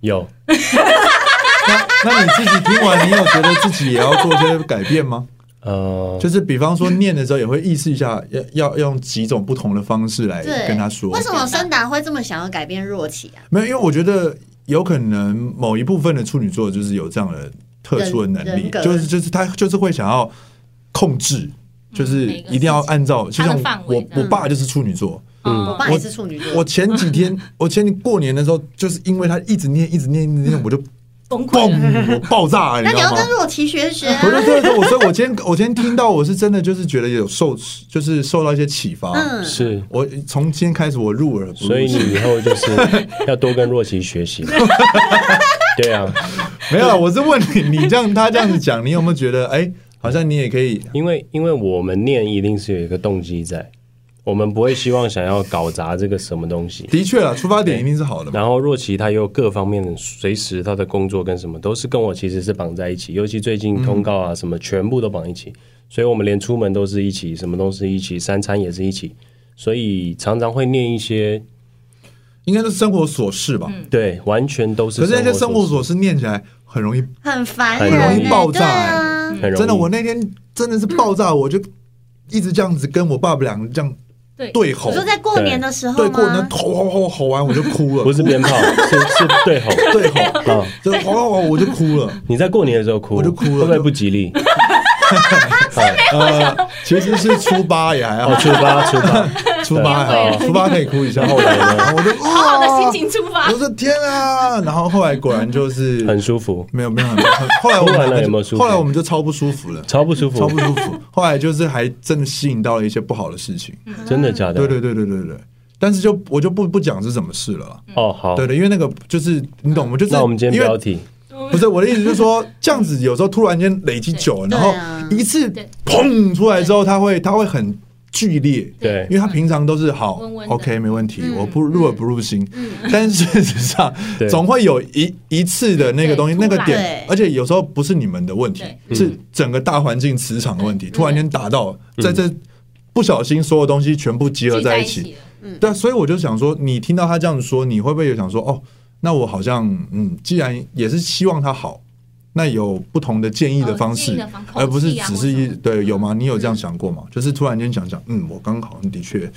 S3: 有，
S2: 那那你自己听完，你有觉得自己也要做些改变 吗？
S3: 呃，
S2: 就是比方说念的时候，也会意识一下，要要用几种不同的方式来
S1: 对
S2: 跟他说。
S1: 为什么森达会这么想要改变若琪啊？
S2: 没有，因为我觉得有可能某一部分的处女座就是有这样的特殊的能
S1: 人
S2: 力
S1: 人，格
S2: 就是就是他就是会想要控制，就是
S6: 嗯每个
S2: 一定要
S6: 事情
S2: 按照，就
S6: 他的
S2: 像
S6: 范围
S2: 我
S6: 这
S2: 我
S6: 样
S2: 爸就是处女座，
S6: 嗯，
S1: 我爸也是处女座
S2: 我，前几 天我前过年的时候，就是因为他一直念一直念一直念，我就
S6: 崩溃了。
S2: 嘣我爆炸，你
S1: 那
S2: 知
S1: 你要
S2: 道吗
S1: 跟？若琪学学
S2: 我
S1: 啊。
S2: 就真的，我所以我今天我今天听到，我是真的就是觉得有受，就是受到一些启发。
S1: 嗯，
S3: 是，
S2: 我从今天开始，我入耳不入
S3: 所以
S2: 心
S3: 你以后就是要多跟若琪学习。对啊，
S2: 没有啦，我是问你，你这样他这样子讲，你有没有觉得，哎、好像你也可以？
S3: 因为因为我们念一定是有一个动机在，我们不会希望想要搞砸这个什么东西。
S2: 的确啦，出发点一定是好的嘛。
S3: 然后若琪她又各方面随时她的工作跟什么都是跟我其实是绑在一起，尤其最近通告啊什么全部都绑一起，所以我们连出门都是一起，什么都是一起，三餐也是一起，所以常常会念一些
S2: 应该是生活琐事吧。
S3: 对，完全都嗯是
S2: 可是那些生活
S3: 琐事
S2: 琐事念起来很容易，
S1: 很烦
S3: 很
S1: 人、
S3: 容
S1: 欸，
S3: 易
S2: 爆炸
S1: 对啊，
S3: 很容易
S2: 真的，我那天真的是爆炸，我就一直这样子跟我爸爸俩这样
S6: 对
S2: 对
S1: 你
S2: 吼，
S1: 说在过年的时候
S2: 对过
S1: 吗
S2: 年？吼吼吼吼完我就哭了，
S3: 不是
S2: 哭
S3: 鞭炮，是是对吼。
S2: 对吼，
S3: 啊，
S2: 就吼吼吼我就哭了。
S3: 你在过年的时候哭，
S2: 我就哭了
S3: 会不会不吉利？ 哦
S2: 呃，其实是初八也还
S3: 哦，
S2: 好，
S3: 初八初八，
S2: 初八还 好，初八可以哭一下。后来 呢，我就
S6: 好的
S2: 哇
S6: 心，情出发
S2: 我，说天啊！然后后来果然就是
S3: 很舒服，
S2: 没有没有很，很后来我
S3: 突然了有没有
S2: 们
S3: 舒服
S2: 后来我们就超不舒服了，
S3: 超不舒服
S2: 超，不舒服。后来就是还真的吸引到了一些不好的事情，
S3: 真的假的？
S2: 对对对对对对。但是就我就不不讲是什么事了啦，
S3: 哦，好，
S2: 对对，因为那个就是你懂吗？就是
S3: 那我们今天
S2: 因为
S3: 标题
S2: 不是我的意思，就是说这样子有时候突然间累积久了，然后
S1: 对啊
S2: 一次
S6: 对
S2: 砰出来之后，它会它会很剧烈。
S3: 对
S2: 因为他平常都是好
S6: 温温的嗯
S2: ，OK，没问题，我不入耳不入心。但是事实上
S3: 对，
S2: 总会有一一次的那个东西，
S6: 对
S2: 那个
S1: 然
S6: 突
S2: 点，而且有时候不是你们的问题，
S3: 嗯
S2: 是整个大环境磁场的问题，突然间打到，
S3: 嗯
S2: 在这不小心所有东西全部集合
S6: 聚
S2: 在
S6: 在
S2: 一
S6: 一
S2: 起
S6: 起。了。
S2: 对啊，所以我就想说，你听到他这样说，你会不会也想说，哦，那我好像，嗯，既然也是希望他好，那有不同的建议的方
S6: 哦建
S2: 式，
S6: 议的方口气啊
S2: 而不是只是一
S6: 或什么
S2: 对有吗？
S6: 嗯
S2: 你有这样想过吗？就是突然间想想，嗯，我刚好像的确，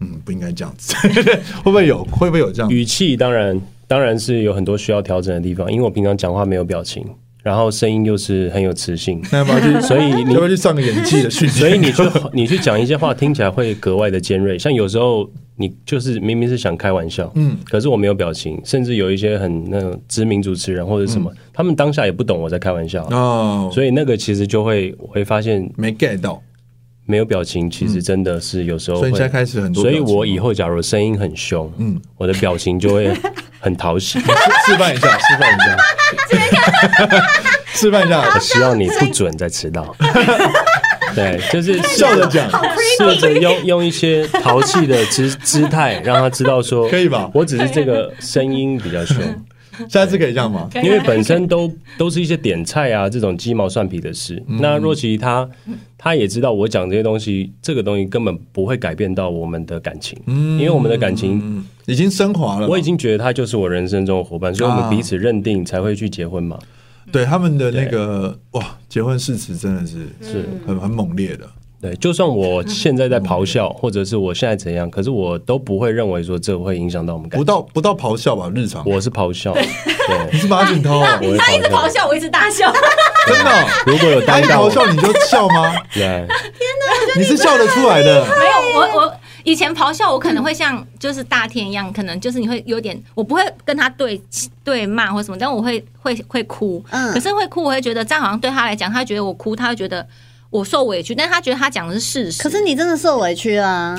S2: 嗯，不应该这样子，会不会有？会不会有这样？
S3: 语气当然当然是有很多需要调整的地方，因为我平常讲话没有表情，然后声音又是很有磁性，
S2: 那要不要去？
S3: 所以
S2: 要
S3: 你
S2: 不要去上个演技的训练？
S3: 所以你去你去讲一些话，听起来会格外的尖锐。像有时候你就是明明是想开玩笑，
S2: 嗯，
S3: 可是我没有表情，甚至有一些很那种知名主持人或者什么，
S2: 嗯
S3: 他们当下也不懂我在开玩笑，
S2: 哦，
S3: 所以那个其实就会我会发现
S2: 没 get 到，
S3: 没有表情，其实真的是有时候
S2: 嗯所以
S3: 会。
S2: 你现在开始很多
S3: 所
S2: 表
S3: 以
S2: 情吗，
S3: 我以后假如声音很凶，嗯，我的表情就会很讨 喜。
S2: 示范一下，示范一 下，示范一下
S6: 啊
S3: 我，希望你不准再 迟到。对，就是
S2: 笑 着讲，
S3: 试着用用一些淘气的姿姿态，让他知道说
S2: 可以吧
S3: 我只是这个声音比 较凶，
S2: 下次可以这样吗？
S3: 因为本身都都是一些点菜啊这种鸡毛蒜皮的事。那若琪她她也知道我讲这些东西，这个东西根本不会改变到我们的感情，因为我们的感情。
S2: 嗯，已经升华了吧。
S3: 我已经觉得他就是我人生中的伙伴，所以我
S2: 啊
S3: 们彼此认定才会去结婚嘛。
S2: 对他们的那个哇，结婚誓词真的是
S3: 是
S6: 嗯
S2: 很很猛烈的。
S3: 对，就算我现在在咆哮，或者是我现在怎样，可是我都不会认为说这会影响到我们感
S2: 不
S3: 情。
S2: 到不到咆哮吧，日常
S3: 我是咆哮，对
S2: 你，是马景涛啊，
S3: 我会
S6: 他一直咆哮，我一直大笑。
S2: 真的哦，
S3: 如果有
S2: 他
S3: 担
S2: 一
S3: 当
S2: 咆，哮你就笑吗？
S3: 对，
S2: 你是笑得出来的，
S6: 没有，我 我以前咆哮，我可能会像就是大天一样，可能就是你会有点，我不会跟他对对骂或什么，但我会会会哭。
S1: 嗯
S6: 可是会哭，我会觉得这样好像对他来讲，他觉得我哭，他会觉得我受委屈，但他觉得他讲的是事实。
S1: 可是你真的受委屈啊，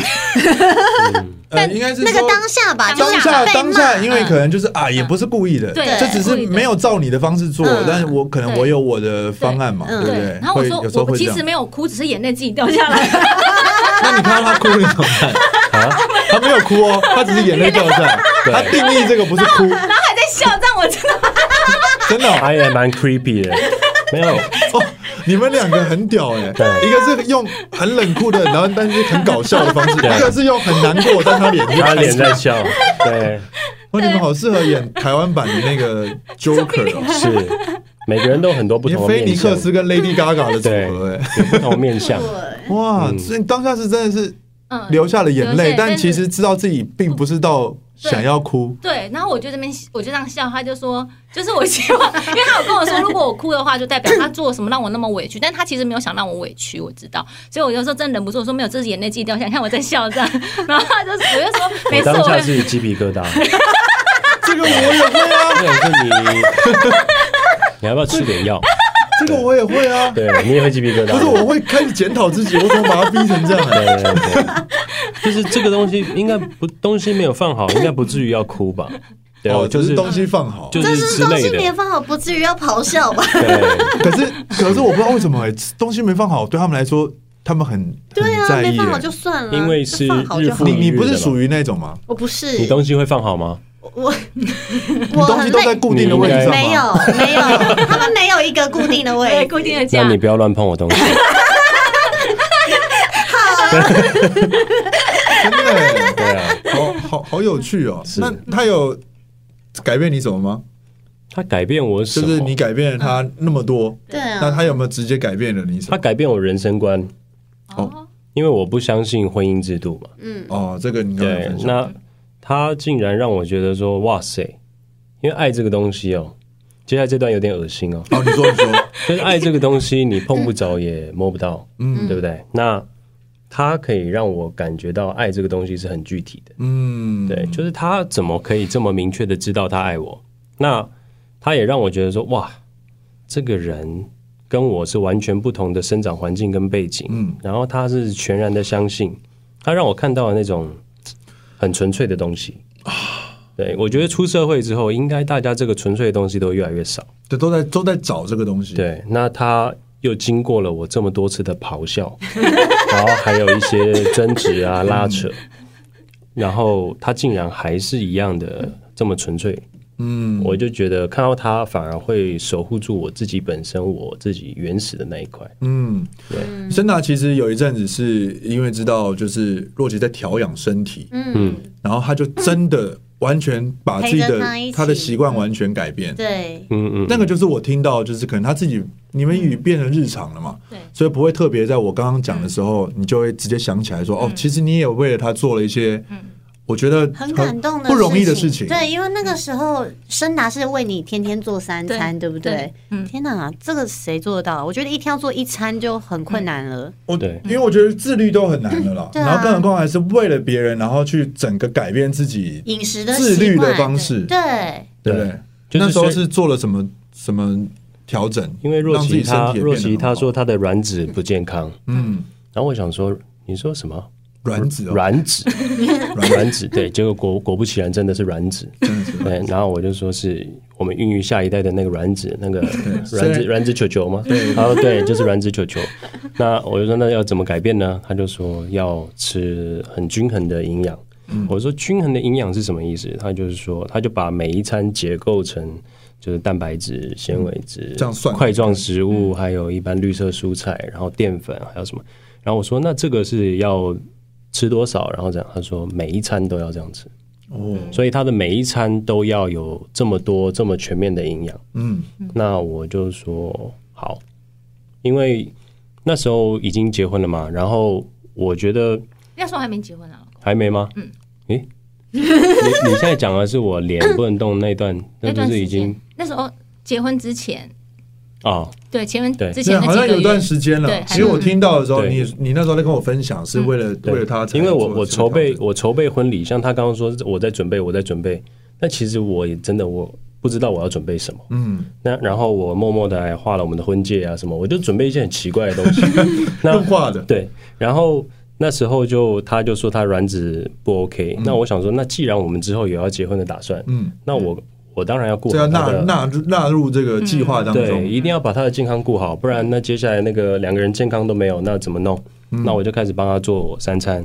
S2: 呃，应该是
S1: 那个
S2: 说
S1: 当下吧，
S6: 当
S1: 就是
S2: 下
S1: 被骂
S2: 当下，因为
S6: 嗯
S2: 可能就是啊，也不是故意的，
S6: 对
S2: 这只是没有照你的方式做
S1: 嗯，
S2: 但是我可能
S6: 对
S2: 我有我的方案嘛，
S1: 对嗯
S2: 对不对
S6: 对，？然后我
S2: 会有时
S6: 说
S2: 候
S6: 我
S2: 会这
S6: 其实
S2: 样。
S6: 没有哭，只是眼泪自己掉 下来。
S2: 那你看到他哭你怎么 办？他没有哭哦，他只是眼泪掉下来。
S3: 啊对
S2: 他定义这个不是哭，
S6: 然后还在笑，但我真的
S2: 真的哦
S3: 他也蛮 creepy 的，没有，
S2: 哦。你们两个很屌哎，
S3: 对
S2: 一个是用很冷酷的，然后但是很搞笑的方式，
S3: 对
S2: 一个是用很难过，但他脸就
S3: 他
S2: 开
S3: 脸
S2: 始
S3: 在笑，对，
S2: 哇，你们好适合演台湾版的那个 Joker 哦，
S3: 是每个人都有很多 不
S2: 你
S3: 同的
S2: 菲尼
S3: 面
S2: 克
S3: 相，
S2: 斯跟 Lady Gaga 的组合哎。
S3: 不同 面相，
S2: 哇，
S3: 嗯
S2: 所以当下是真的是
S6: 嗯
S2: 流下了眼
S6: 流
S2: 泪
S6: 下，
S2: 但
S6: 但是
S2: 其实知道自己并不是到想要哭。
S6: 对，然后我就这边我就这样笑，他就说，就是我希望，因为他有跟我说，如果我哭的话，就代表他做什么让我那么委屈，但他其实没有想让我委屈，我知道，所以我就说真的忍不住，我说没有，这是眼泪自己掉下来，你看 我在笑这样，然后他就 我就说没事，
S3: 我当
S6: 我
S3: 下
S6: 会
S3: 是鸡皮疙瘩，
S2: 这个我也会啊，
S3: 或者是你，你要不要吃 点药？
S2: 这个我也 会啊。
S3: 对你也会鸡皮疙瘩，
S2: 不是，我会开始检讨自己，我怎么把他逼成这样啊？
S3: 对对对，就是这个东西应该不东西没有放好，应该不至于要哭吧？对，
S2: 哦，
S3: 我
S2: 就
S3: 就是是
S2: 东西放好。
S3: 就
S1: 这
S3: 是
S1: 是
S3: 之
S1: 东
S3: 类
S1: 西
S3: 的
S1: 没，放好，不至于要咆哮吧？
S3: 对，
S2: 可是，可是我不知道为什么哎，东西没放好，对他们来说，他们很
S1: 对
S2: 很
S1: 啊，
S2: 在
S1: 没
S2: 意
S1: 放好
S2: 哎。
S1: 就算了，
S3: 因为
S1: 就
S3: 是
S1: 放好就好
S3: 日复
S2: 你
S3: 一日
S2: 你不是属于那种吗？
S1: 我不是
S3: 你东西会放好吗？
S1: 我
S2: 你
S1: 我
S2: 东
S1: 很
S2: 西都在
S1: 累，
S2: 固定的位置上吗？
S1: 没有没有，他们没有一个固定的位
S6: 对
S1: 置。
S6: 固定的
S3: 那
S6: 价
S3: 你。不要乱碰我东 西。
S2: 真的哎，
S3: 对啊，
S2: 好好好有趣哦。那他有改变你什么吗？
S3: 他改变我什
S2: 就
S3: 么？
S2: 是你改变了他那么多，
S1: 对
S2: 那
S1: 啊，
S2: 他有没有直接改变了你什
S3: 他
S2: 么？
S3: 改变我人生观，
S6: 哦，
S3: 因为我不相信婚姻制度嘛。
S1: 嗯，
S2: 哦，这个你刚才
S3: 对
S2: 分，享。
S3: 那他竟然让我觉得说，哇塞，因为爱这个东西哦，接下来这段有点恶心 哦，
S2: 哦，你说你说，
S3: 就是爱这个东西，你碰不着也摸不到，
S2: 嗯
S3: 对不对？那他可以让我感觉到爱这个东西是很具体的。
S2: 嗯，
S3: 对，就是他怎么可以这么明确的知道他爱我？那他也让我觉得说，哇，这个人跟我是完全不同的生长环境跟背景，
S2: 嗯，
S3: 然后他是全然的相信，他让我看到了那种嘖很纯粹的东西。
S2: 啊
S3: 对，我觉得出社会之后，应该大家这个纯粹的东西都越来越少。
S2: 对，都在都在找这个东西。，
S3: 对，那他又经过了我这么多次的咆哮， 然后还有一些争执啊、拉扯，
S2: 嗯
S3: 然后他竟然还是一样的这么纯粹，
S2: 嗯，
S3: 我就觉得看到他反而会守护住我自己本身我自己原始的那一块。
S2: 嗯，
S3: 对
S2: 森达其实有一阵子是因为知道，就是若琪在调养身体，
S1: 嗯，
S2: 然后他就真的完全把自己
S1: 陪
S2: 的
S1: 着他一起
S2: 他的习惯完全改变。
S1: 对，
S3: 嗯嗯，
S2: 那个就是我听到，就是可能他自己你们语变成日常了嘛，
S6: 对
S2: 所以不会特别在我刚刚讲的时候，你就会直接想起来
S1: 嗯
S2: 说，哦，其实你也为了他做了一些，我觉得
S1: 很感动的
S2: 不容易的事情。
S1: 情。对，因为那个时候申达是为你天天做三餐，对
S6: 对
S1: 不对
S6: 对？嗯
S1: 天哪，这个谁做得到啊？我觉得一天要做一餐就很困难了。
S6: 嗯
S2: 我
S3: 对
S2: 因为我觉得自律都很难的啦，
S1: 对啊
S2: 然后更何况还是为了别人，然后去整个改变自己，
S1: 饮食的
S2: 自
S1: 习
S2: 律的
S1: 惯
S2: 方式
S1: 对，
S2: 对不对？
S3: 就是
S2: 那时候
S3: 虽
S2: 是做了什么什么调整？
S3: 因为若
S2: 让自
S3: 琪
S2: 己身
S3: 她
S2: 体也
S3: 若
S2: 变得
S3: 琪
S2: 很
S3: 她
S2: 好
S3: 说，她的卵子不健康，
S2: 嗯，
S3: 然后我想说，你说什么？
S2: 卵子哦，
S3: 卵子，卵子，对，结果果果不其然，真的是卵子。
S2: 真的是
S3: 对，然后我就说是我们孕育下一代的那个卵子，那个
S2: 虽
S3: 卵
S2: 然
S3: 子卵子球球吗？ 对，然后对，就是卵子球球。那我就说那要怎么改变呢？他就说要吃很均衡的营养。
S2: 嗯
S3: 我说均衡的营养是什么意思？他就是说，他就把每一餐解构成就是蛋白质、纤维质、
S2: 嗯这样算嗯
S3: 块状食物，还有一般绿色蔬菜，然后淀粉，还有什么？然后我说那这个是要吃多少？然后这样，他说每一餐都要这样吃。
S2: 哦，
S3: 所以他的每一餐都要有这么多这么全面的营养。
S2: 嗯
S3: 那我就说好，因为那时候已经结婚了嘛，然后我觉得
S6: 那时候还没结婚啊，老公
S3: 还没吗？嗯，诶，你你现在讲的是我脸不能动 那段，
S6: 那
S3: 那不
S6: 段
S3: 是
S6: 时
S3: 已经
S6: 间，那时候结婚之前，
S3: 啊？
S6: 对前面
S3: 对
S6: 之
S2: 对，
S6: 前那
S2: 好像
S6: 几个嗯
S2: 有
S6: 月
S2: 段时间了
S6: 对，
S2: 因为我听到的时候，
S3: 对
S2: 你你那时候在跟我分享，是为了
S3: 对
S2: 为了他才做这个调整，
S3: 因为我我筹备我筹备婚礼，像他刚刚说我在准备我在准备，那其实我也真的我不知道我要准备什么。
S2: 嗯，
S3: 那然后我默默的还画了我们的婚戒啊什么，我就准备一些很奇怪的东西。 那
S2: 用画的，
S3: 对，然后那时候就他就说他卵子不 OK，、那我想说，那既然我们之后有要结婚的打算，
S2: 嗯，
S3: 那我我当然要顾
S2: 这要
S3: 好他
S2: 纳
S3: 的。
S2: 纳入纳入这个计划当
S3: 对，
S2: 中。
S3: 一定要把他的健康顾好，不然那接下来那个两个人健康都没有，那怎么弄？
S2: 嗯
S3: 那我就开始帮他做三餐。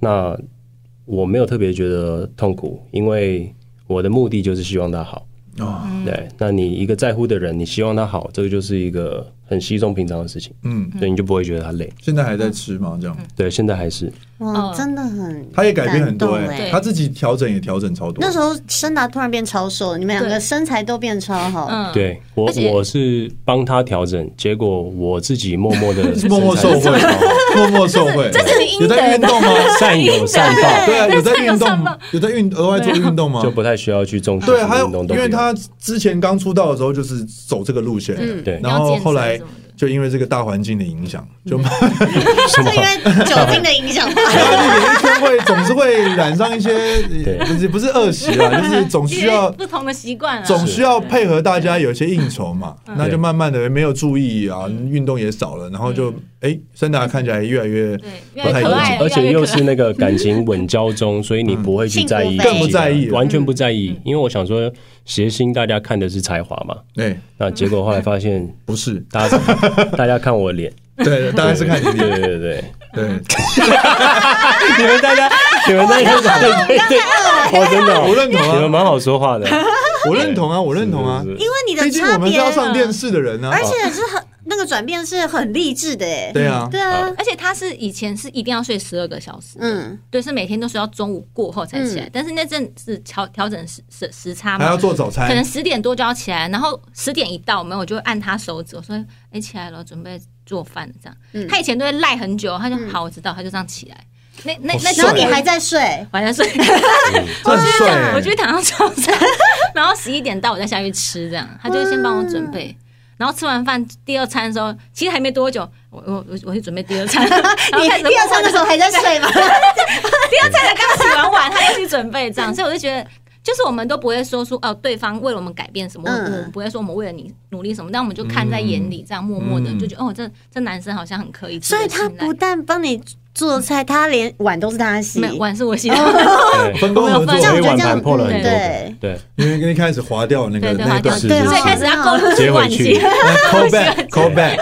S3: 那我没有特别觉得痛苦，因为我的目的就是希望他好。
S2: 啊，
S3: 对，那你一个在乎的人，你希望他好，这个就是一个很稀松平常的事情，
S2: 嗯，
S3: 所以你就不会觉得他累。
S2: 现在还在吃吗？这样，
S3: 对，现在还是
S1: 哇，
S6: 嗯
S1: 真的很，
S2: 他也改变很多
S1: 感动
S2: 哎，
S1: 欸
S2: 他自己调整也调整超多
S1: 那。时候申达突然变超瘦，你们两个
S6: 对
S1: 身材都变超好，
S6: 嗯，
S3: 对我
S6: 而且
S3: 我是帮他调整，结果我自己默默的
S2: 默默受惠，哦默默受惠，有在运动吗？
S3: 善有善 报，
S2: 对啊，有在运
S6: 有上
S2: 动
S6: 报，
S2: 有在运额外做运动吗？
S3: 就不太需要去
S6: 嗯
S3: 重视
S2: 对，
S3: 什
S2: 还
S3: 么
S2: 有
S3: 运动都
S2: 因
S3: 不
S2: 为
S3: 用
S2: 他之前刚出道的时候就是走这个路线的，
S3: 对
S2: 然后后
S6: 嗯要
S2: 来
S6: 健身什么的嗯
S2: 就因为这个大环境的影响，就 慢
S3: 什么
S1: 是因为酒精的影响吧。
S2: 慢一天会总是会染上一些，
S3: 对
S2: 呃不是不是恶习啦，就是总需要
S6: 因为不同的习惯了，啊
S2: 总需要配合大家有一些应酬嘛，那就慢慢的没有注意啊，运动也少了，然后
S6: 嗯
S2: 就哎，森达看起来越来越
S6: 对，越
S2: 不
S6: 来
S2: 太
S6: 越可爱
S2: 一
S6: 了，
S3: 而且
S6: 越来越可爱
S3: 又是那个感 情稳交中，所以你不会去在意
S1: 嗯
S3: 其他，
S1: 更不
S2: 在意了
S3: 完
S6: 嗯
S3: 全不在意。因为我想说，谐星大家看的是才华嘛，
S6: 嗯
S2: 哎
S3: 那结果后来发现
S2: 不是，
S3: 大家大家看我 脸，
S2: 对，大概是看你
S3: 对对
S2: 脸，
S3: 对对，
S2: 对，
S3: 你们大家你们大家
S6: 啊
S3: 对对对，我真的哦
S2: 我认同啊
S3: 你们蛮好说话的，
S2: 我认同啊，我 认同啊
S3: 是，是是
S1: 因为你的
S2: 毕竟
S1: 差
S2: 我们是
S1: 别
S2: 要上电视的人啊，
S1: 而且是很那个转变是很励志的哎。
S2: 对
S6: 嗯
S2: 啊，
S1: 对啊，
S6: 而且他是以前是一定要睡十二个小时，
S1: 嗯，
S6: 对，是每天都睡到中午过后才起来，但是那阵子调调整时时时差
S2: 还
S6: 嘛
S2: 要，做早餐，
S6: 可能十点多就要起来，然后十点一到，没有我就会按他手指，我说：“哎、起来了，准备做饭了。”这样，他以前都会赖很久，他就、好，我知道，他就这样起来。那那那
S1: 然后你
S2: 帅
S1: 还在睡，
S6: 晚上睡，
S2: 这很帅欸，
S6: 我就会躺上床上， 然后十一点到我再下去吃，这样他就先帮我准备。
S1: 嗯
S6: 然后吃完饭第二餐的时候，其实还没多久，我我我我去准备第 二餐，然后
S1: 你
S6: 开始
S1: 第二餐的 时候还在睡吗？
S6: 第二菜才刚洗完碗，他就去准备这样，所以我就觉得。就是我们都不会说出哦，对方为了我们改变什么，
S1: 嗯
S6: 我们不会说我们为了你努力什么，但我们就看在眼里，这样默默的、
S2: 嗯
S6: 就觉得哦，这这男生好像很可以值
S1: 所以
S6: 得信
S1: 他
S6: 赖，
S1: 不但帮你做菜，他连碗都是他洗。
S6: 没有碗是我洗的，
S1: 哦
S3: 对
S2: 分工合作
S6: 我没有分，
S3: 所
S6: 这
S3: 以
S6: 样
S3: 碗盘破了很多
S1: 对
S3: 个，对，
S2: 因为一开始划掉那个
S6: 对对，
S2: 那
S6: 划
S2: 一段
S6: 掉，
S3: 是
S6: 所
S1: 对
S3: 是
S6: 以
S1: 好
S6: 开始他勾
S3: 接
S6: 起
S3: 回
S6: 碗
S3: 去
S6: 机，
S2: ，call back，call back，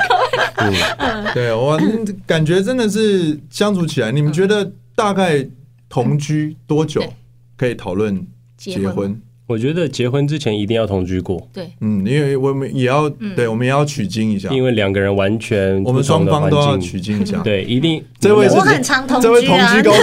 S3: 嗯，
S2: 对我嗯感觉真的是相处起来，你们觉得大概同居多久
S6: 对
S2: 可以讨论结
S6: 结
S2: 婚
S6: 婚？
S3: 我觉得结婚之前一定要同居过，
S6: 对，
S2: 嗯，因为我们也要对，我们也要取经一下，
S3: 因为两个人完全
S2: 啊我
S3: 不
S2: 们
S3: 同
S2: 双
S3: 的
S2: 方
S3: 环
S2: 都要
S3: 境
S2: 取，经一下。，
S3: 对，一定
S2: 这位是
S1: 我很常同
S2: 这位
S1: 居
S2: 同
S1: 啊，
S2: 居高手，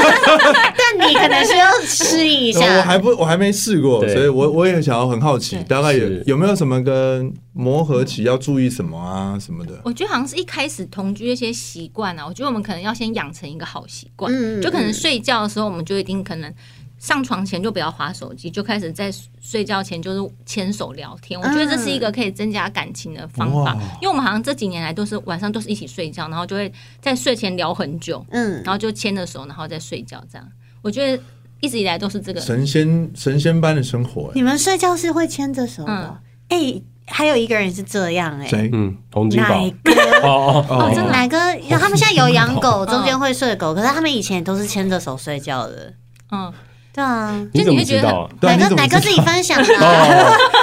S1: 但你可能需要适应一
S2: 我还
S1: 下。
S2: 不我还没试过，
S3: 对
S2: 所以我我也想要很好奇
S6: 对，
S2: 大概有
S3: 是
S2: 有没有什么跟磨合期要注意什么啊什么的？
S6: 我觉得好像是一开始同居一些习惯啊，我觉得我们可能要先养成一个好习惯，
S1: 嗯
S6: 就可能
S1: 嗯
S6: 睡觉的时候，我们就一定可能上床前就不要划手机，就开始在睡觉前就是牵手聊天。我觉得这是一个可以增加感情的方
S2: 哇，
S6: 法因为我们好像这几年来都是晚上都是一起睡觉，然后就会在睡前聊很久，
S1: 嗯，
S6: 然后就牵着手，然后再睡觉这样。我觉得一直以来都是这个，
S2: 神仙神仙般的生活，哎
S1: 你们睡觉是会牵着手的。哎，还有一个人是这样哎，
S2: 谁？
S3: 嗯，洪金宝
S1: 奶哥。
S3: 哦哦
S2: 哦
S1: 哦，奶哥，他们现在有养狗，中间
S6: 嗯
S1: 会睡狗，可是他们以前也都是牵着手睡觉的。
S6: 嗯，
S1: 对啊，
S3: 你怎么
S6: 就你会觉
S3: 知
S6: 得
S3: 道啊？
S2: 对
S1: 奶
S2: 啊你
S1: 哥
S2: 怎么
S1: 奶哥
S2: 知
S1: 自
S2: 道
S1: 己分享 的
S3: 哦
S1: 啊。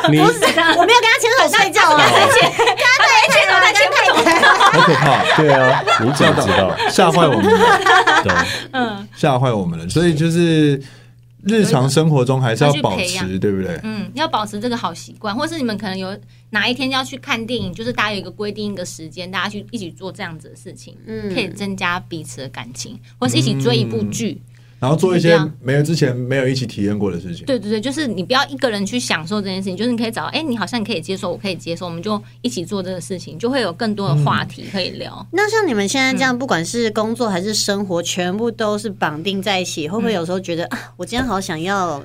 S3: 哦，你
S1: 不是，我没有跟 他牵手睡觉啊，跟他牵手，他牵太太。
S2: 好可怕！
S3: 对啊，你怎么知 道？
S2: 吓坏我们 了，
S3: 对，
S2: 吓坏我们了。所以就是日常生活中还是要保持，对不对？
S6: 嗯，要保持这个好习惯，或是你们可能有哪一天要去看电影，就是大家有一个规定一个时间，大家去一起做这样子的事情，
S1: 嗯
S6: 可以增加彼此的感情，或是一起追一
S2: 嗯
S6: 部剧。
S2: 然后做一
S6: 是这
S2: 些
S6: 样
S2: 没有之前没有一起体验过的事情。
S6: 对对对，就是你不要一个人去享受这件事情，就是你可以找到，哎，你好像你可以接受，我可以接受，我们就一起做这个事情，就会有更多的话题可以聊。
S1: 那像你们现在这样，不管是工作还是生活，全部都是绑定在一起，会不会有时候觉得啊，我今天好想要，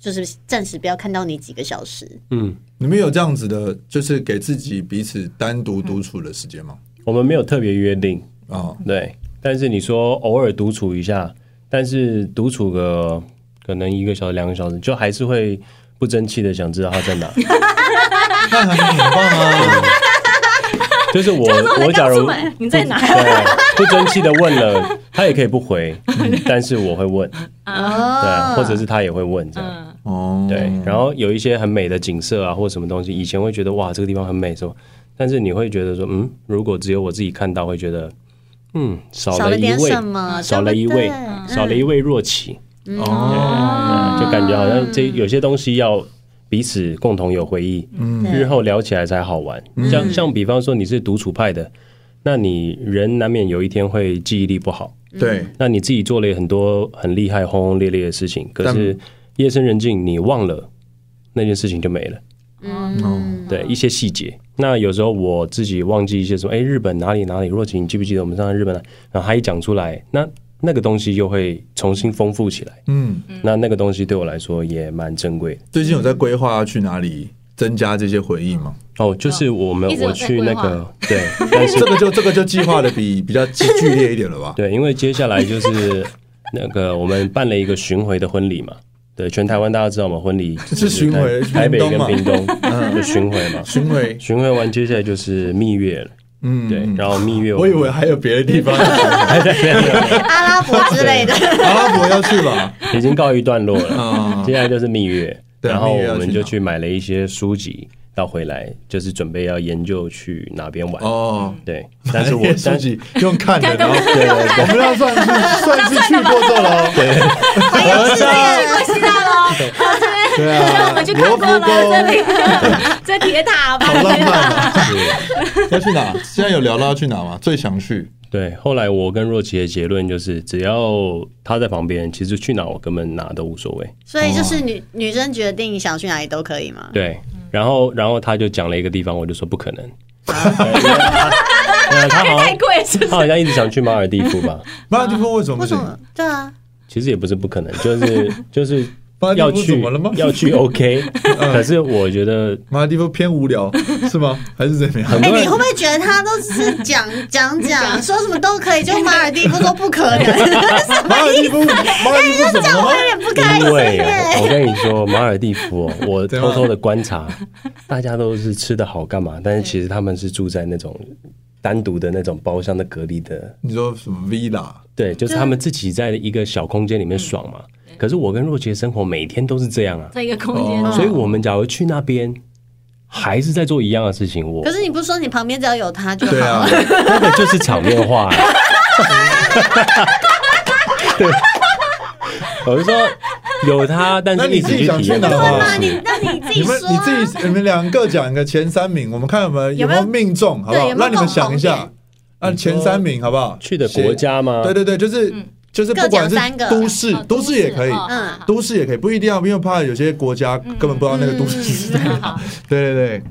S1: 就是暂时不要看到你几个小时？
S3: 嗯，
S2: 你们有这样子的，就是给自己彼此单独独处的时间吗？
S3: 我们没有特别约定，
S2: 啊，
S3: 对，但是你说偶尔独处一下，但是独处个可能一个小时、两个小时，就还是会不争气的想知道他在哪。
S2: 那很棒啊！
S3: 就是
S2: 嗯
S3: 我
S6: 就是我才
S3: 我假
S6: 刚
S3: 如
S6: 出门你在哪
S3: 不对不争气的问了，他也可以不回，嗯但是我会问，
S1: 哦
S3: 对，，啊或者是他也会问这样。
S6: 嗯，
S2: 哦，
S3: 对，然后有一些很美的景色啊，或什么东西，以前会觉得哇，这个地方很美什么，但是你会觉得说，嗯，如果只有我自己看到，会觉得，嗯，少
S1: 少
S3: 了
S1: 了
S3: 一
S1: 点
S3: 位，
S1: 什么，
S3: 少了一
S1: 对
S3: 位
S1: 不对
S3: 少了一位若琪，
S2: 哦，
S3: 嗯就感觉好像这有些东西要彼此共同有回忆，
S2: 嗯
S3: 日后聊起来才好玩。
S1: 嗯
S3: 像像比方说你是独处派的，那你人难免有一天会记忆力不好，
S2: 对，
S3: 那你自己做了很多很厉害、轰轰烈烈的事情，可是夜深人静，你忘了那件事情就没了。
S1: 嗯
S6: 嗯
S2: 哦，
S3: 对一些细节。那有时候我自己忘记一些什么，哎，日本哪里哪里，若晴，你记不记得我们上次日本来？啊然后他一讲出来，那那个东西又会重新丰富起来。
S2: 嗯，
S3: 那那个东西对我来说也蛮珍贵的。
S2: 最近有在规划要去哪里增加这些回忆吗？
S3: 哦，就是我们
S6: 一直有
S3: 我
S6: 在
S3: 去
S6: 规
S3: 那
S6: 划
S3: 个对，但 是
S2: 这个就这个就计划的比比较剧剧烈一点了吧？
S3: 对，因为接下来就是那个我们办了一个巡回的婚礼嘛。对，全台湾大家知道我们婚礼就是
S2: 巡回
S3: 在台北
S2: 屏东
S3: 跟
S2: 嘛
S3: 屏东 的巡回嘛。
S2: 巡 回，
S3: 巡回完，接下来就是蜜月了。
S2: 嗯，
S3: 对，然后蜜月
S2: 我以为啊还有别的地方，
S1: 阿拉伯之类的，
S3: 哦
S2: 阿拉伯要去吧？
S3: 已经告一段落了。
S2: 啊，
S3: 接下来就是蜜月，
S2: 对
S3: 然后
S2: 蜜月要
S3: 我们就
S2: 去哪
S3: 去买了一些书籍，要回来就是准备要研究去哪边玩。
S2: 哦，
S3: 对，但是我
S2: 自
S3: 但是
S2: 己用看的，然后对，我们要算是算是去过这了，对
S6: 哎
S1: 是这样
S6: 关系大喽，
S2: 对啊，
S6: 我们去看
S2: 罗
S6: 过
S2: 浮
S6: 了这
S2: 宫
S6: 里，这铁塔吧
S2: 好，浪漫啊！要去哪？现在有聊到要去哪吗？最想去
S3: 对，后来我跟若琪的结论就是，只要他在旁边，其实去哪我根本哪都无所谓。
S1: 所以就是女女生决定想去哪里都可以嘛。
S3: 对，然后然后他就讲了一个地方，我就说不可能。对因为他因为他好
S6: 太
S3: 像
S6: 贵是不
S3: 他
S6: 是？
S3: 好像一直想去马尔地夫吧？
S2: 马尔地夫为什么不
S1: 为什
S2: 行？
S1: 么？对啊，
S3: 其实也不是不可能，就是 就是
S2: 马尔
S3: 要
S2: 地夫怎
S3: 去
S2: 么了吗？嗯
S3: 要去 OK，可是我觉得
S2: 马尔地夫偏无聊是吗？还是怎么样
S3: 很？
S1: 哎、
S3: 多
S1: 你
S3: 人
S1: 会不会觉得他都只是讲讲讲，说什么都可以，就马尔蒂夫说不可 能，
S2: 马尔地夫，马尔地夫怎么了吗？
S1: 有点啊不开
S3: 因
S1: 心
S3: 为
S1: 耶。
S3: 我跟你说，马尔蒂夫、哦， 我
S2: 怎样
S3: 偷偷的观察，大家都是吃的好干嘛，但是其实他们是住在那种单独的那种包厢的隔离的，
S2: 你说什么 villa？
S3: 对，就是他们自己在一个小空间里面爽嘛。可是我跟若琪的生活每天都是这样啊，
S6: 在一个空
S2: 哦
S6: 间，
S3: 所以我们假如去那边，还是在做一样的事情，我
S1: 可是你不是说你旁边只要有他就好
S2: 对
S1: 了？
S2: 啊，
S3: 那个就是场 面话、啊。对，我是说有他，但
S2: 那
S3: 是
S2: 你
S3: 一直
S2: 自己
S3: 去
S2: 想
S3: 体
S2: 去
S3: 验
S2: 哪
S3: 不到
S2: 玩
S3: 的
S1: 那
S3: 事
S1: 你那你自
S2: 哦你
S1: 己
S2: 们
S1: 说、
S2: 你
S1: 啊，
S2: 自己你们两个讲一个前三名，我们看有没有有
S1: 有
S2: 没
S1: 没
S2: 有
S1: 有
S2: 命中，好不好？
S1: 对有没有
S2: 让你们想一
S1: 共
S2: 下
S1: 同，
S2: 啊，前三名好不好？
S3: 去的国家吗？
S2: 对对对，就是就是不
S1: 各讲
S2: 管是
S1: 三个
S2: 都市
S6: 哦，
S2: 都市也可以，
S6: 哦
S1: 嗯
S6: 好好
S2: 都市也可以，不一定要，因为怕有些国家根本不知道那个都市是什
S6: 嗯
S2: 么
S6: 好。
S2: 对对对，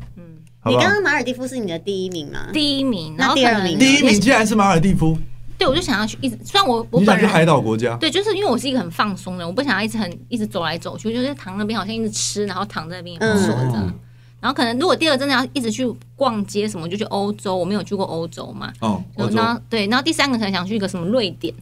S2: 好
S1: 你
S2: 不好
S1: 刚？刚马尔蒂夫是你的第一名吗？
S6: 第一名，
S1: 那
S6: 然后
S1: 第
S6: 可
S1: 二
S6: 能
S1: 名呢
S2: 第一名竟然是马尔地夫，
S6: 对，我就想要去一直，虽然我我
S2: 你
S6: 本
S2: 想去
S6: 人
S2: 海岛国家？
S6: 对，就是因为我是一个很放松的人，我不想要一直很一直走来走去，就是躺那边好像一直吃，然后躺在那边也不错
S1: 嗯
S6: 这样。然后可能如果第二真的要一直去逛街什么，就去欧洲，我没有去过欧洲嘛。
S2: 哦，我
S6: 然
S2: 说
S6: 后对，然后第三个可能想去一个什么瑞典，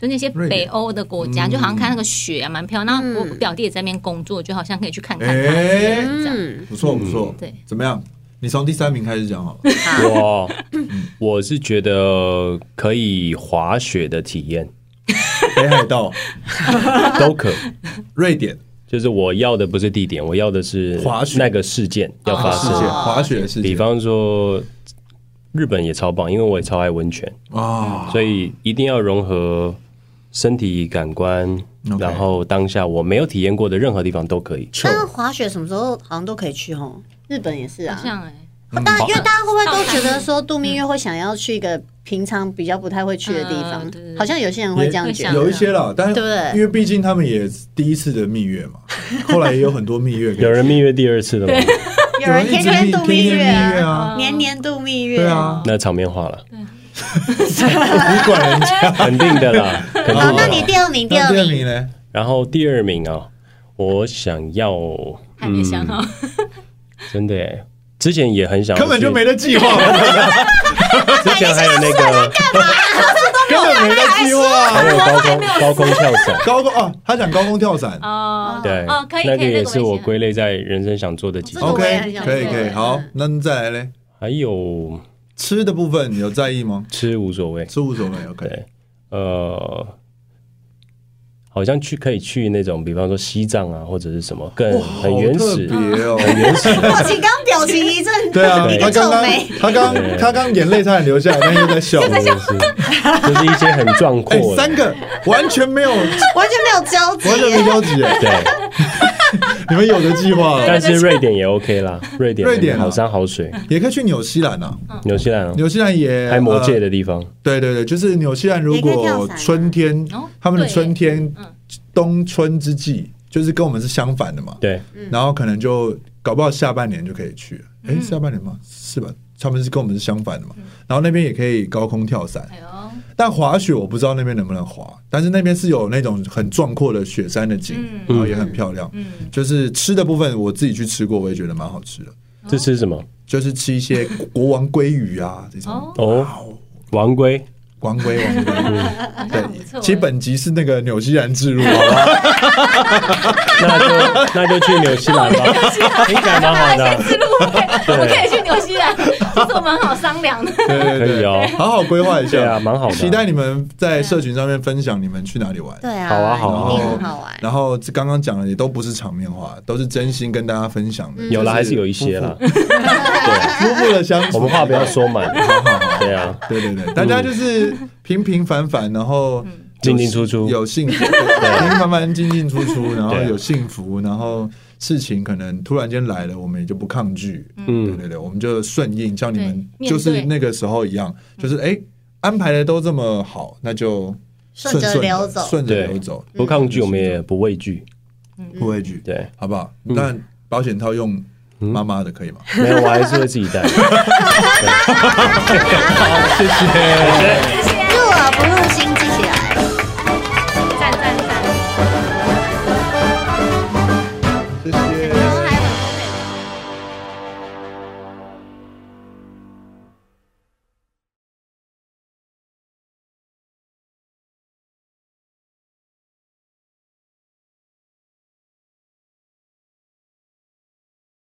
S6: 就那些
S2: 瑞典
S6: 北欧的国家，
S2: 嗯
S6: 就好像看那个雪啊，蛮漂亮。
S1: 嗯
S6: 那我表弟也在那边工作，就好像可以去看看他之类的
S2: 哎，
S6: 这样。
S1: 嗯，
S2: 不错不错，
S6: 对
S2: 怎么样？你从第三名开始讲好了。
S3: 我我是觉得可以滑雪的体验
S2: 北海 道、
S3: 都可，
S2: 瑞典
S3: 就是我要的不是地点，我要的是
S2: 滑雪
S3: 那个事件要发
S2: 啊世
S3: 生。
S2: 界滑雪的世界，
S3: 比方说日本也超棒，因为我也超爱温泉，
S2: 啊，
S3: 所以一定要融合身体感官
S2: OK
S3: 然后当下我没有体验过的任何地方都可以。
S2: 啊
S1: 但是滑雪什么时候好像都可以去哦，日本也是啊
S2: 嗯
S6: 好。像哎、
S1: 大家因为大家会不会都
S6: 好
S1: 觉得说度蜜月会想要去一个平常比较不太会去的地方
S6: 嗯对对？对
S1: 好像有些人会这样
S6: 也
S1: 觉
S6: 会想
S1: 得。
S2: 有一些啦，但是
S1: 对不对
S2: 因为毕竟他们也第一次的蜜月 嘛，后来也有很多蜜月可以，
S3: 有人蜜月第二次的吗？
S1: 有人天天度蜜
S2: 有人一直蜜
S1: 月
S2: 天天蜜月
S1: 啊，
S2: 啊，
S1: 年年度蜜月。
S2: 对啊，
S3: 那场面化了，
S2: 你管人家。
S3: 肯定的啦，肯定
S1: 哦，
S3: 的
S1: 那你
S3: 啦。
S1: 第二名，第
S2: 那
S1: 二
S2: 第二
S1: 名，
S2: 名呢？
S3: 然后第二名啊，我想要
S1: 嗯
S2: 嗯
S6: 还没想好，
S3: 真的耶，之前也很想要
S2: 根本就
S3: 去
S2: 没得计 划，
S3: 之前还有那个
S2: 根本没得计划
S3: 还。有高空高空跳伞，
S2: 高空哦，他讲高空跳伞
S6: 哦，
S3: 对，
S6: 哦，可以，
S3: 那
S6: 可
S3: 个
S6: 以，
S3: 也
S6: 这
S3: 是我
S6: 也
S3: 归类在人生想做的几
S1: 这
S3: 件
S1: 个我也很
S2: ，OK，
S1: 想
S2: 可以
S1: 做
S2: 可以，
S1: 嗯
S2: 好，那你再来嘞。
S3: 还有
S2: 吃的部分你有在意吗？
S3: 吃无所谓，
S2: 吃无所谓，OK。
S3: 对，呃，好像去可以去那种，比方说西藏啊，或者是什么更很原始、
S2: 好特别哦，
S3: 很原始的。
S1: 我请刚表情一阵，
S2: 对啊
S3: 对，
S2: 他刚刚
S1: 皱眉
S2: 他刚
S3: 对
S2: 他刚眼泪差点流下来，但又在笑。
S3: 就是就是一些很壮阔
S2: 哎，
S3: 的，
S2: 三个完全没 有，完
S1: 完全没有交集。
S2: 全没交集，哎
S3: 对，
S2: 你们有的计划了，
S3: 但是瑞典也 OK 啦，瑞典
S2: 瑞典啊
S3: 好山好水，
S2: 也可以去纽西兰啊，
S3: 纽西兰啊
S2: 纽西兰也
S3: 拍魔界
S2: 呃
S3: 的地方，
S2: 对对对，就是纽西兰，如
S1: 也可以跳
S2: 果
S1: 伞啊
S2: 春天
S6: 哦，
S2: 他们的
S6: 对
S2: 春天
S6: 嗯，
S2: 冬春之际，就是跟我们是相反的嘛。
S3: 对，
S2: 然后可能就搞不好下半年就可以去。哎，下半年吗？是吧？他们是跟我们是相反的嘛。然后那边也可以高空跳伞，
S6: 哎呦，
S2: 但滑雪我不知道那边能不能滑，但是那边是有那种很壮阔的雪山的景，
S6: 嗯
S2: 然后也很漂亮。
S6: 嗯，
S2: 就是吃的部分，我自己去吃过，我也觉得蛮好吃的，
S3: 这是什么？
S2: 就是吃一些国王鲑鱼啊这种
S6: 哦。
S3: 哦，王龟，
S2: 王龟，王 龟，
S6: 好像很不错哎
S2: 对，。其实本集是那个纽西兰之路，好吧？
S3: 那就嗯那就去纽西兰 吧，听起来蛮好的，啊
S6: 之路，我们可以去纽西兰，这是我们很好商量的。
S2: 对对
S3: 可以
S2: 对，
S3: 哦，
S2: 好好规划一下，
S3: 对啊，蛮好的，
S2: 期待你们在社群上面分享你们去哪里玩。
S1: 对啊，
S3: 好啊好啊
S1: 一定很好玩。
S2: 然后这刚刚讲的也都不是场面话，都是真心跟大家分享的。
S3: 有
S2: 了
S3: 啦，还是有一些啦，啊
S2: 夫妇的相处，
S3: 我们话不要说 满，对啊，
S2: 对对对，大家就是平平凡凡，然后
S3: 进进出出
S2: 有 幸福，平平凡凡进进出出，然后
S3: 对啊
S2: 有幸福，然后事情可能突然间来了，我们也就不抗拒。对
S3: 嗯，
S2: 对对，我们就顺应，像你们
S6: 对
S2: 就是
S6: 面对
S2: 那个时候一样，就是哎安排的都这么好，那就
S1: 顺着
S2: 顺的
S1: 流走
S2: 顺着
S3: 对
S2: 流走，
S3: 不抗拒我们也不畏惧，
S2: 不畏惧，
S3: 对，嗯
S2: 好不好？那保险套用妈妈的可以吗？
S3: 没有，我还是会自己带。
S1: 啊入耳不入心